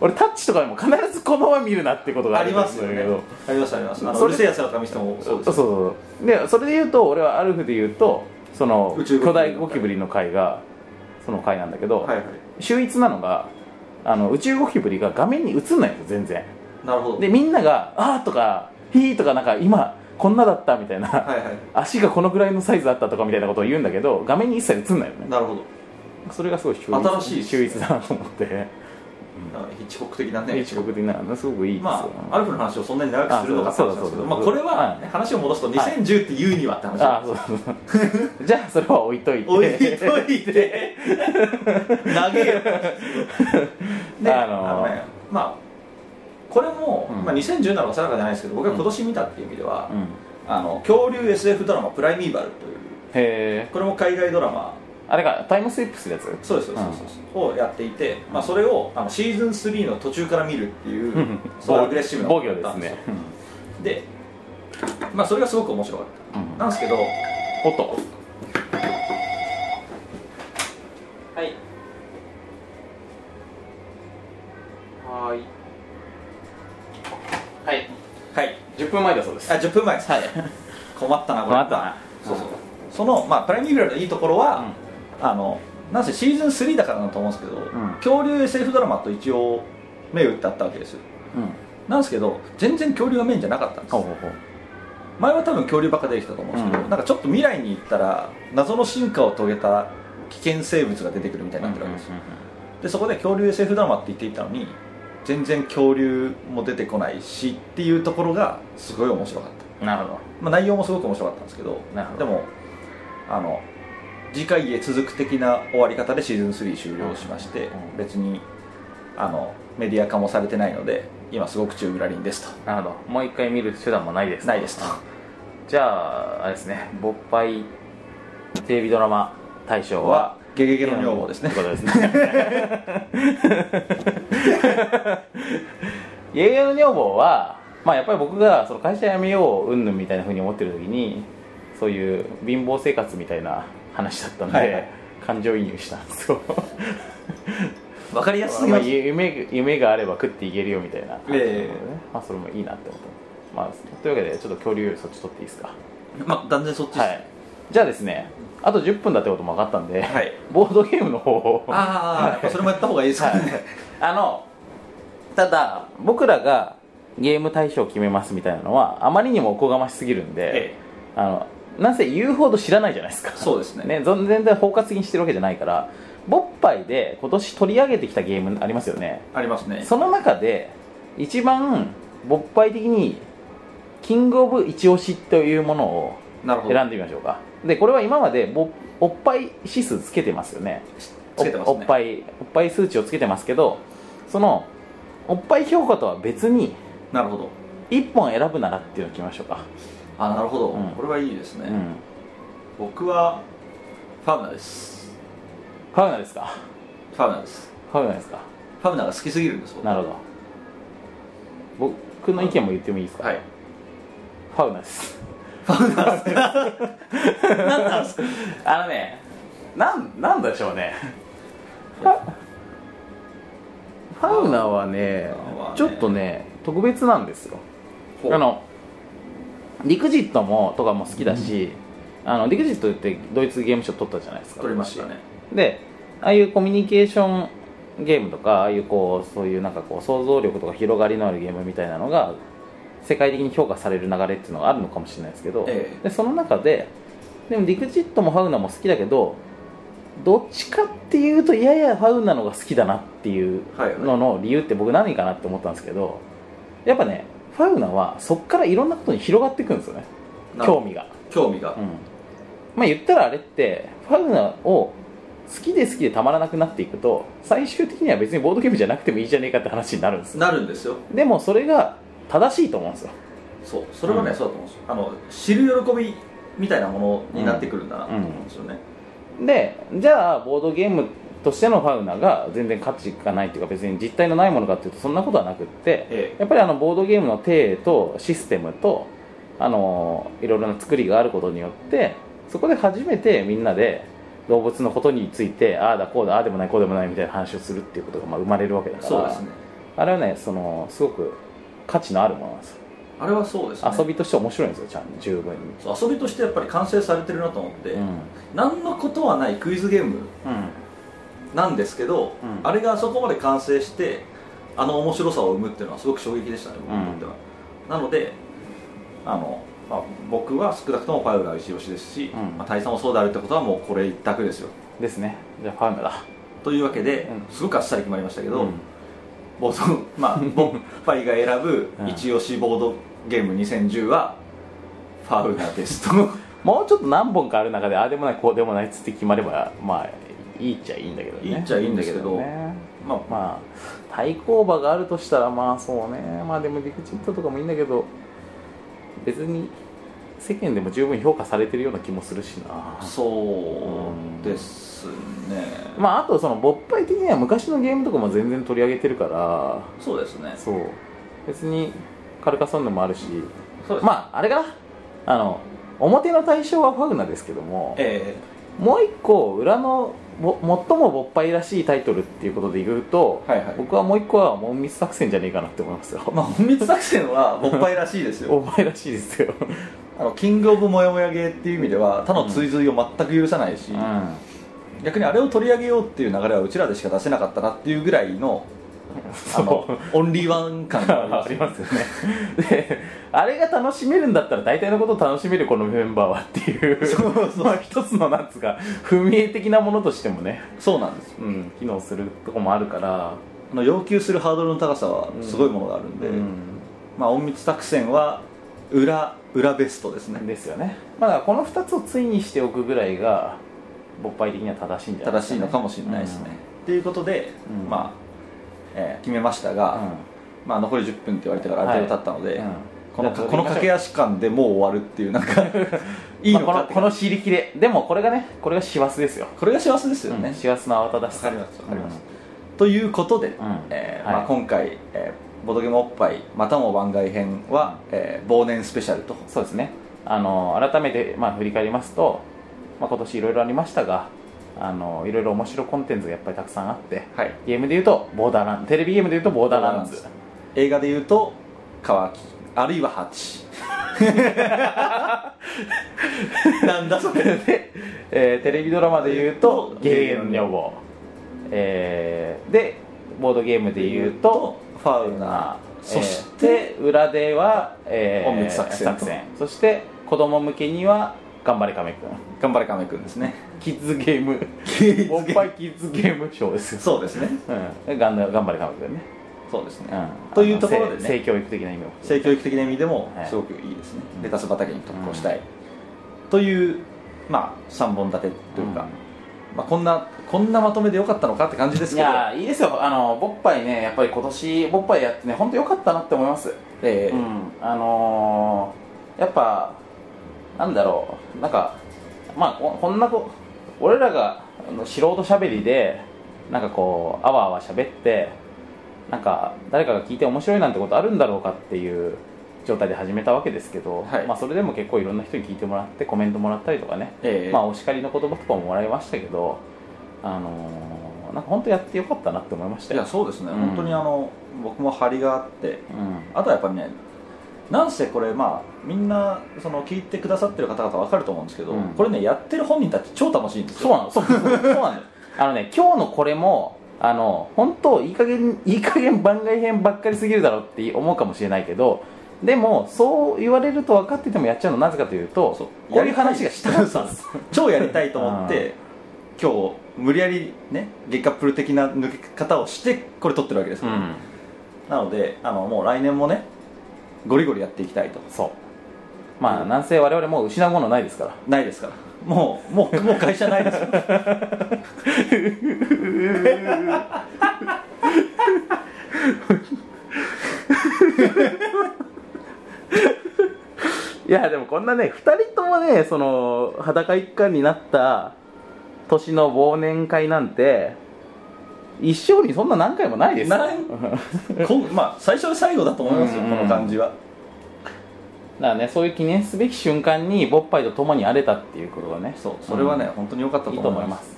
S1: 俺タッチとかでも必ずこの輪見るなってことが
S2: あ
S1: ある
S2: り
S1: んだ
S2: ますよね
S1: けど
S2: ありますありますあの
S1: そうれ
S2: るせえやつらとか見ても
S1: そ
S2: そう
S1: う
S2: で
S1: そう
S2: す
S1: そうでそれで言うと俺はアルフで言うとその
S2: 宇宙ゴキブリ
S1: 巨大ゴキブリの回がその回なんだけど、
S2: はいはい
S1: 秀逸なのがあの宇宙ゴキブリが画面に映んないんですよ全然
S2: なるほど
S1: でみんなが「あー」とか「ひー」とかなんか今こんなだったみたいな、
S2: はいはい
S1: 足がこのぐらいのサイズあったとかみたいなことを言うんだけど画面に一切映んないよね
S2: なるほど
S1: それがすごい秀
S2: 新しいですね
S1: 秀逸だなと思って
S2: なんかヒッチコック的なね
S1: 一国的なのすごくいいですよ、
S2: まあアルフの話をそんなに長くするのか
S1: あそうだ
S2: って話なんですけど
S1: そうだそうだ
S2: まあこれは
S1: は
S2: 話を戻すと2010って言うにはって話
S1: あ
S2: なん
S1: あ
S2: で
S1: そうそう そうじゃあそれは置いといて
S2: す置いとい て投げよで、
S1: あ
S2: あ
S1: の
S2: の
S1: ー
S2: ね、まあこれも、
S1: うん
S2: まあ、2010なのか定かじゃないですけど僕が今年見たっていう意味では、
S1: うん、へ
S2: あの恐竜 SF ドラマ「プライミーバル」という
S1: え
S2: これも海外ドラマ
S1: あれかタイムスリップするやつ
S2: そうですそうですそうです、をやっていて、まあ、それをあのシーズン3の途中から見るっていうそうアグレッシブな
S1: 防
S2: こと
S1: 御
S2: だっ
S1: で
S2: た
S1: す
S2: ん
S1: ね
S2: よ、で、まあ、それがすごく面白かっ
S1: うんう
S2: た
S1: ん
S2: なんですけど
S1: おっと
S3: はい。はい。
S1: はい
S2: はい
S1: 10分前だそうです
S2: あ10分前です
S1: はい
S2: 困ったなこれ
S1: 困ったな
S2: そうそうその、まあ、プライミーバルのいいところは、
S1: うん
S2: あのなんせシーズン3だからだと思うんですけど、
S1: ん
S2: 恐竜 SF ドラマと一応銘打ってあったわけですよ
S1: うん
S2: なんですけど全然恐竜がメインじゃなかったんです
S1: ほうほうほう
S2: 前は多分恐竜ばっか出てきたと思うんですけど、
S1: うん
S2: なんかちょっと未来に行ったら謎の進化を遂げた危険生物が出てくるみたいになってるわけですよ、でそこで恐竜 SF ドラマって言っていたのに全然恐竜も出てこないしっていうところがすごい面白かった
S1: なるほど
S2: まあ、内容もすごく面白かったんですけど
S1: なるほど
S2: でもあの次回へ続く的な終わり方でシーズン3終了しまして、
S1: うん
S2: 別にあのメディア化もされてないので今すごく宙ぶらりんですと
S1: なるほどもう一回見る手段もないです
S2: ないですと
S1: じゃああれですね勃発テレビドラマ大賞は
S2: は「ゲゲゲの女房」ですね
S1: ということですね ゲゲゲの女房はまあやっぱり僕がその会社辞めよううんぬんみたいなふうに思ってる時にそういう貧乏生活みたいな話だったんで、
S2: はいはい
S1: 感情移入したんですよ
S2: わかりやすすぎ
S1: まあ
S2: ます
S1: 夢夢があれば食っていけるよみたいな、
S2: え
S1: まあそれもいいなって思ったまあというわけでちょっと恐竜よりそっち取っていいですか
S2: まあ断然そっちです
S1: はい、じゃあですねあと10分だってことも分かったんで、
S2: はい
S1: ボードゲームの方を
S2: ああ、やっぱそれもやった方がいいですかね、
S1: あのただ僕らがゲーム対象を決めますみたいなのはあまりにもおこがましすぎるんで、
S2: え
S1: あのなんせ言うほど知らないじゃないですか
S2: そうですね
S1: ね全然包括的にしてるわけじゃないからボッパイで今年取り上げてきたゲームありますよね
S2: ありますね
S1: その中で一番勃発的にキングオブ一押しというものを
S2: なるほど
S1: 選んでみましょうかでこれは今までぼおっぱい指数つけてますよね
S2: つけてますね
S1: おおっぱいおっぱい数値をつけてますけどそのおっぱい評価とは別に
S2: なるほど
S1: 1本選ぶならっていうのを決めましょうか、
S2: あなるほど、
S1: うん
S2: これはいいですね、
S1: うん
S2: 僕はファウナです
S1: ファウナですか
S2: ファウナです
S1: ファウナですか
S2: ファウナが好きすぎるんです僕
S1: なるほど僕の意見も言ってもいいですか、
S2: はい
S1: ファウナです
S2: 何なんですか
S1: あのねなんなんでしょうねファウナはね
S2: ファウナはね
S1: ちょっとね特別なんですよ
S2: ほう
S1: あのリクジットもとかも好きだし、あのリクジットってドイツゲーム賞取ったじゃないですか
S2: 取りましたね
S1: でああいうコミュニケーションゲームとかああいうこうそういうなんかこう想像力とか広がりのあるゲームみたいなのが世界的に評価される流れっていうのがあるのかもしれないですけど、
S2: ええ
S1: でその中ででもリクジットもファウナも好きだけどどっちかっていうとややファウナのが好きだなっていう
S2: はいはい
S1: のの理由って僕何かなって思ったんですけどやっぱねファウナはそっからいろんなことに広がっていくんですよね
S2: な
S1: 興味が
S2: 興味が
S1: う、ん、まあ言ったらあれってファウナを好きで好きでたまらなくなっていくと最終的には別にボードゲームじゃなくてもいいじゃねえかって話になるんですよ
S2: なるんですよ
S1: でもそれが正しいと思うんですよ
S2: そうそれはね、
S1: うん
S2: そうだと思うんですよあの知る喜びみたいなものになってくるんだなと思うんですよね、
S1: でじゃあボードゲームとしてのファウナが全然価値がないっていうか別に実体のないものかっていうとそんなことはなくって、
S2: ええ
S1: やっぱりあのボードゲームの体とシステムとあのいろいろな作りがあることによってそこで初めてみんなで動物のことについてああだこうだああでもないこうでもないみたいな話をするっていうことがまあ生まれるわけだから
S2: そうですね
S1: あれはねそのすごく価値のあるものなんですよ
S2: あれはそうですね
S1: 遊びとして面白いんですよちゃんと十分に
S2: そう遊びとしてやっぱり完成されてるなと思って、
S1: うん
S2: 何のことはないクイズゲーム
S1: うん
S2: なんですけど、
S1: うん
S2: あれがあそこまで完成してあの面白さを生むっていうのはすごく衝撃でしたね僕にとっては、なのであの、まあ、僕は少なくともファウラー一押しですし、
S1: うん
S2: まあ、大佐もそうであるってことはもうこれ一択ですよ
S1: ですねじゃあファウナだ
S2: というわけで、
S1: うん
S2: すごくあっさり決まりましたけど、
S1: うん
S2: ボード まあボッパイが選ぶ
S1: うん
S2: 一押しボードゲーム2010はファウラーです と
S1: もうちょっと何本かある中でああでもないこうでもないっつって決まればまあいいっちゃいいんだけどね
S2: いいっちゃいいんだけど
S1: ね
S2: まあ
S1: まあ対抗馬があるとしたらまあそうねまあでもリクチットとかもいいんだけど別に世間でも十分評価されてるような気もするしな
S2: そうですね、
S1: まああとその勃発的には昔のゲームとかも全然取り上げてるから
S2: そうですね
S1: そう別にカルカソンヌもあるし
S2: そうです
S1: まああれかなあの表の対象はファグナですけども
S2: え
S1: もう一個裏のぼ最も勃発らしいタイトルっていうことで言うと、
S2: はいはい
S1: 僕はもう一個はもう密作戦じゃねえかなって思 いますよ、
S2: えまあ隠密作戦は勃発らしいですよ
S1: お前らしいですよ、
S2: あのキングオブモヤモヤゲーっていう意味では他の追随を全く許さないし、逆にあれを取り上げようっていう流れはうちらでしか出せなかったなっていうぐらいのあの
S1: そう
S2: オンリーワン感が
S1: あ
S2: あり
S1: り
S2: ま
S1: ますよねであれが楽しめるんだったら大体のことを楽しめるこのメンバーはっていう まあ一つのなんつうか不明的なものとしてもね、
S2: すそうなんです
S1: うん、機能するとこもあるから、
S2: あの要求するハードルの高さはすごいものがあるんで、
S1: うん
S2: まあ隠密作戦は裏裏ベストですね
S1: ですよね、まあ、だからこの2つをついにしておくぐらいが勃発的には正しいんじゃない
S2: 正しいのかもしれないですね、ということで、
S1: うん
S2: まあ、えー決めましたが、まあ、残り10分って言われてからある程度経ったので、
S1: はいうん
S2: この
S1: じゃあ
S2: この駆け足感でもう終わるっていうなん かいいの
S1: まあ
S2: かっ
S1: こ
S2: て
S1: のこの尻切れでもこれがねこれが師走ですよ
S2: これが幸せですよね、
S1: 師走の慌ただし
S2: わ
S1: さ
S2: かりますわかります、ということで、えー
S1: はい
S2: まあ、今回、えーボドゲもおっぱいまたも番外編は、えー忘年スペシャルと
S1: そうですねあの改めて、まあ、振り返りますと、まあ、今年いろいろありましたがあのいろいろ面白いコンテンツがやっぱりたくさんあって、
S2: はい
S1: ゲームでいうとボーダーランテレビゲームでいうとボーダーランズ
S2: 映画でいうと乾きあるいはハチなんだそれ
S1: で、えーテレビドラマでいうとゲーム女房、えーでボードゲームでいうと
S2: ファウナーそ
S1: そ
S2: し、
S1: してて裏では、えー
S2: 音楽作戦と
S1: そして子供向けには頑張れ亀くん
S2: 頑張れ亀くんですね
S1: キッズゲームおっぱいキッズゲームショーですよ
S2: そうですね
S1: うん、頑張れ頑張れ頑張れね、
S2: そうですね、
S1: うん、
S2: というところでね
S1: 性性教育的な意味を
S2: 性教育的な意味でも
S1: はい
S2: すごくいいですね、
S1: うん
S2: レタス畑に特攻したい、というまあ3本立てというか、まあ、こんなこんなまとめでよかったのかって感じです
S1: い
S2: けど、
S1: やーいいですよあのボッパイねやっぱり今年ボッパイやってね本当良かったなって思います
S2: えー
S1: うんあのー、やっぱなんだろうなんかまあここんなこ俺らがあの素人しゃべりでなんかこうあわあわしゃべってなんか誰かが聞いて面白いなんてことあるんだろうかっていう状態で始めたわけですけど、
S2: はい
S1: まあ、それでも結構いろんな人に聞いてもらってコメントもらったりとかね、
S2: ええ
S1: まあ、お叱りの言葉とかももらいましたけど、あのーなんか本当やってよかったなって思いました
S2: い
S1: よ
S2: や、そうですね、
S1: うん
S2: 本当にあの僕も張りがあって
S1: うん
S2: あとはやっぱりねなんせこれまあみんなその聞いてくださってる方々わかると思うんですけど、
S1: うん
S2: これねやってる本人たち超楽しいんです
S1: そう
S2: よ
S1: な の、そうそうそうそうなのよ。あのね、今日のこれも、あの、本当、いい加減、いい加減番外編ばっかりすぎるだろうって思うかもしれないけど、でも、そう言われると分かっててもやっちゃうのなぜかというと、
S2: そう
S1: こういう話がしたかったんです。
S2: 超やりたいと思 って今日無理やりねゲッカップル的な抜け方をしてこれ撮ってるわけです
S1: う
S2: よ、
S1: ん。
S2: なのであのもう来年もねゴリゴリやっていきたいと
S1: そう。まあ、なんせ我々もう失うものないですから。
S2: ないですからもうもうもう会社ないですよ
S1: いや、でもこんなね、二人ともね、その、裸一貫になった年の忘年会なんて、一生にそんな何回も ないですよ
S2: ないこんまあ最初で最後だと思いますよ、
S1: うんうん
S2: この感じは
S1: だからねそういう記念すべき瞬間にボッパイと共に荒れたっていうことがね
S2: そうそれはね、本当に良かったと
S1: いい
S2: 思
S1: と
S2: い
S1: 思
S2: ま
S1: い
S2: す
S1: ます、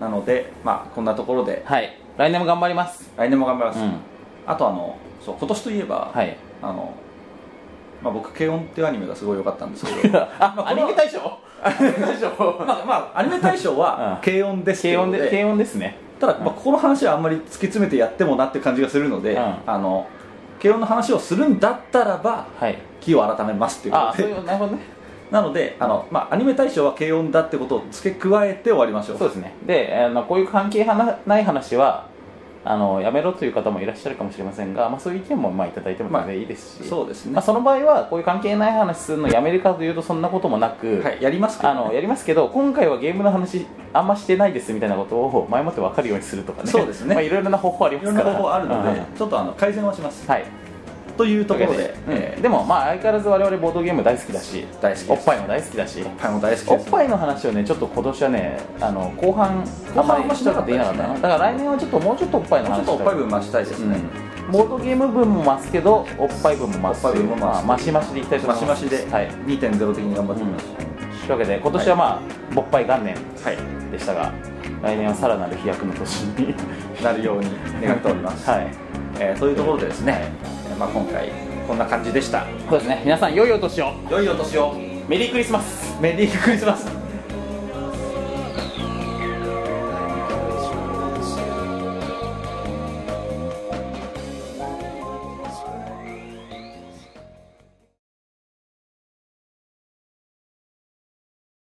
S2: なのでまあこんなところで
S1: はい来年も頑張ります
S2: 来年も頑張ります、
S1: うん
S2: あとあのそう今年といえば、
S1: はい
S2: あのまあ、僕「軽音」っていうアニメがすごい良かったんですけど
S1: あアニメ大賞アニメ大 賞
S2: まあ、まあ、アニメ大賞は
S1: うん
S2: 軽音ですけ
S1: 軽
S2: ど
S1: 音で軽音ですね
S2: ただ、まあ、ここの話はあんまり突き詰めてやってもなって感じがするので、
S1: うん
S2: あの慶応の話をするんだったらば
S1: はい
S2: 気を改めますっていう
S1: あ
S2: こと
S1: そう
S2: で
S1: いうなるほどね
S2: なのであの、まあ、アニメ大賞は慶応だってことを付け加えて終わりましょう
S1: そうですねであのこういう関係はなない話はあのやめろという方もいらっしゃるかもしれませんが、まあ、そういう意見もまあいただいても全然いいですし、
S2: そうですね
S1: まあ、その場合はこういう関係ない話するのやめるかというとそんなこともなく、
S2: はい、やりますけど
S1: あ
S2: ね、
S1: のやりますけど今回はゲームの話あんましてないですみたいなことを前もって分かるようにするとかね
S2: そうですね
S1: まあ、いろいろな方法ありま
S2: いろ
S1: す
S2: ん
S1: か
S2: な
S1: ら
S2: 方法あるので
S1: うん
S2: ちょっとあの改善はします
S1: はい
S2: というと
S1: と
S2: こ
S1: いう
S2: ろ
S1: わけ
S2: で
S1: で、
S2: え
S1: うんでもまあ相変わらず我々ボードゲーム大好きだし
S2: 大好きです
S1: おっぱいも大好きだし
S2: ーおっぱいも大好き
S1: お
S2: で
S1: っ
S2: す
S1: ぱいの話をねちょっと今年はねあの後半
S2: 後半は
S1: あんまりしなかったな
S2: しなかったですね
S1: だから来年はちょっともうちょっとおっぱいの
S2: もうちょ
S1: 話
S2: っとおっぱい分増したいですね、
S1: うんボードゲーム分も増すけどおっぱい分も増す
S2: おっぱい分も増す
S1: まあ、マシマシでいきたいと
S2: マ
S1: 思
S2: シ
S1: いま
S2: マ
S1: す
S2: シで
S1: はい、
S2: 2.0的に頑張ってみます、
S1: というわけで今年はまあぼっぱい元年
S2: はい
S1: でしたが来年はさらなる飛躍の年に
S2: なるように願っております、
S1: はい
S2: えーというところでですね、えーまあ、今回こんな感じでした
S1: そうですね皆さん良いお年を
S2: 良いお年を
S1: メリークリスマス
S2: メリークリスマス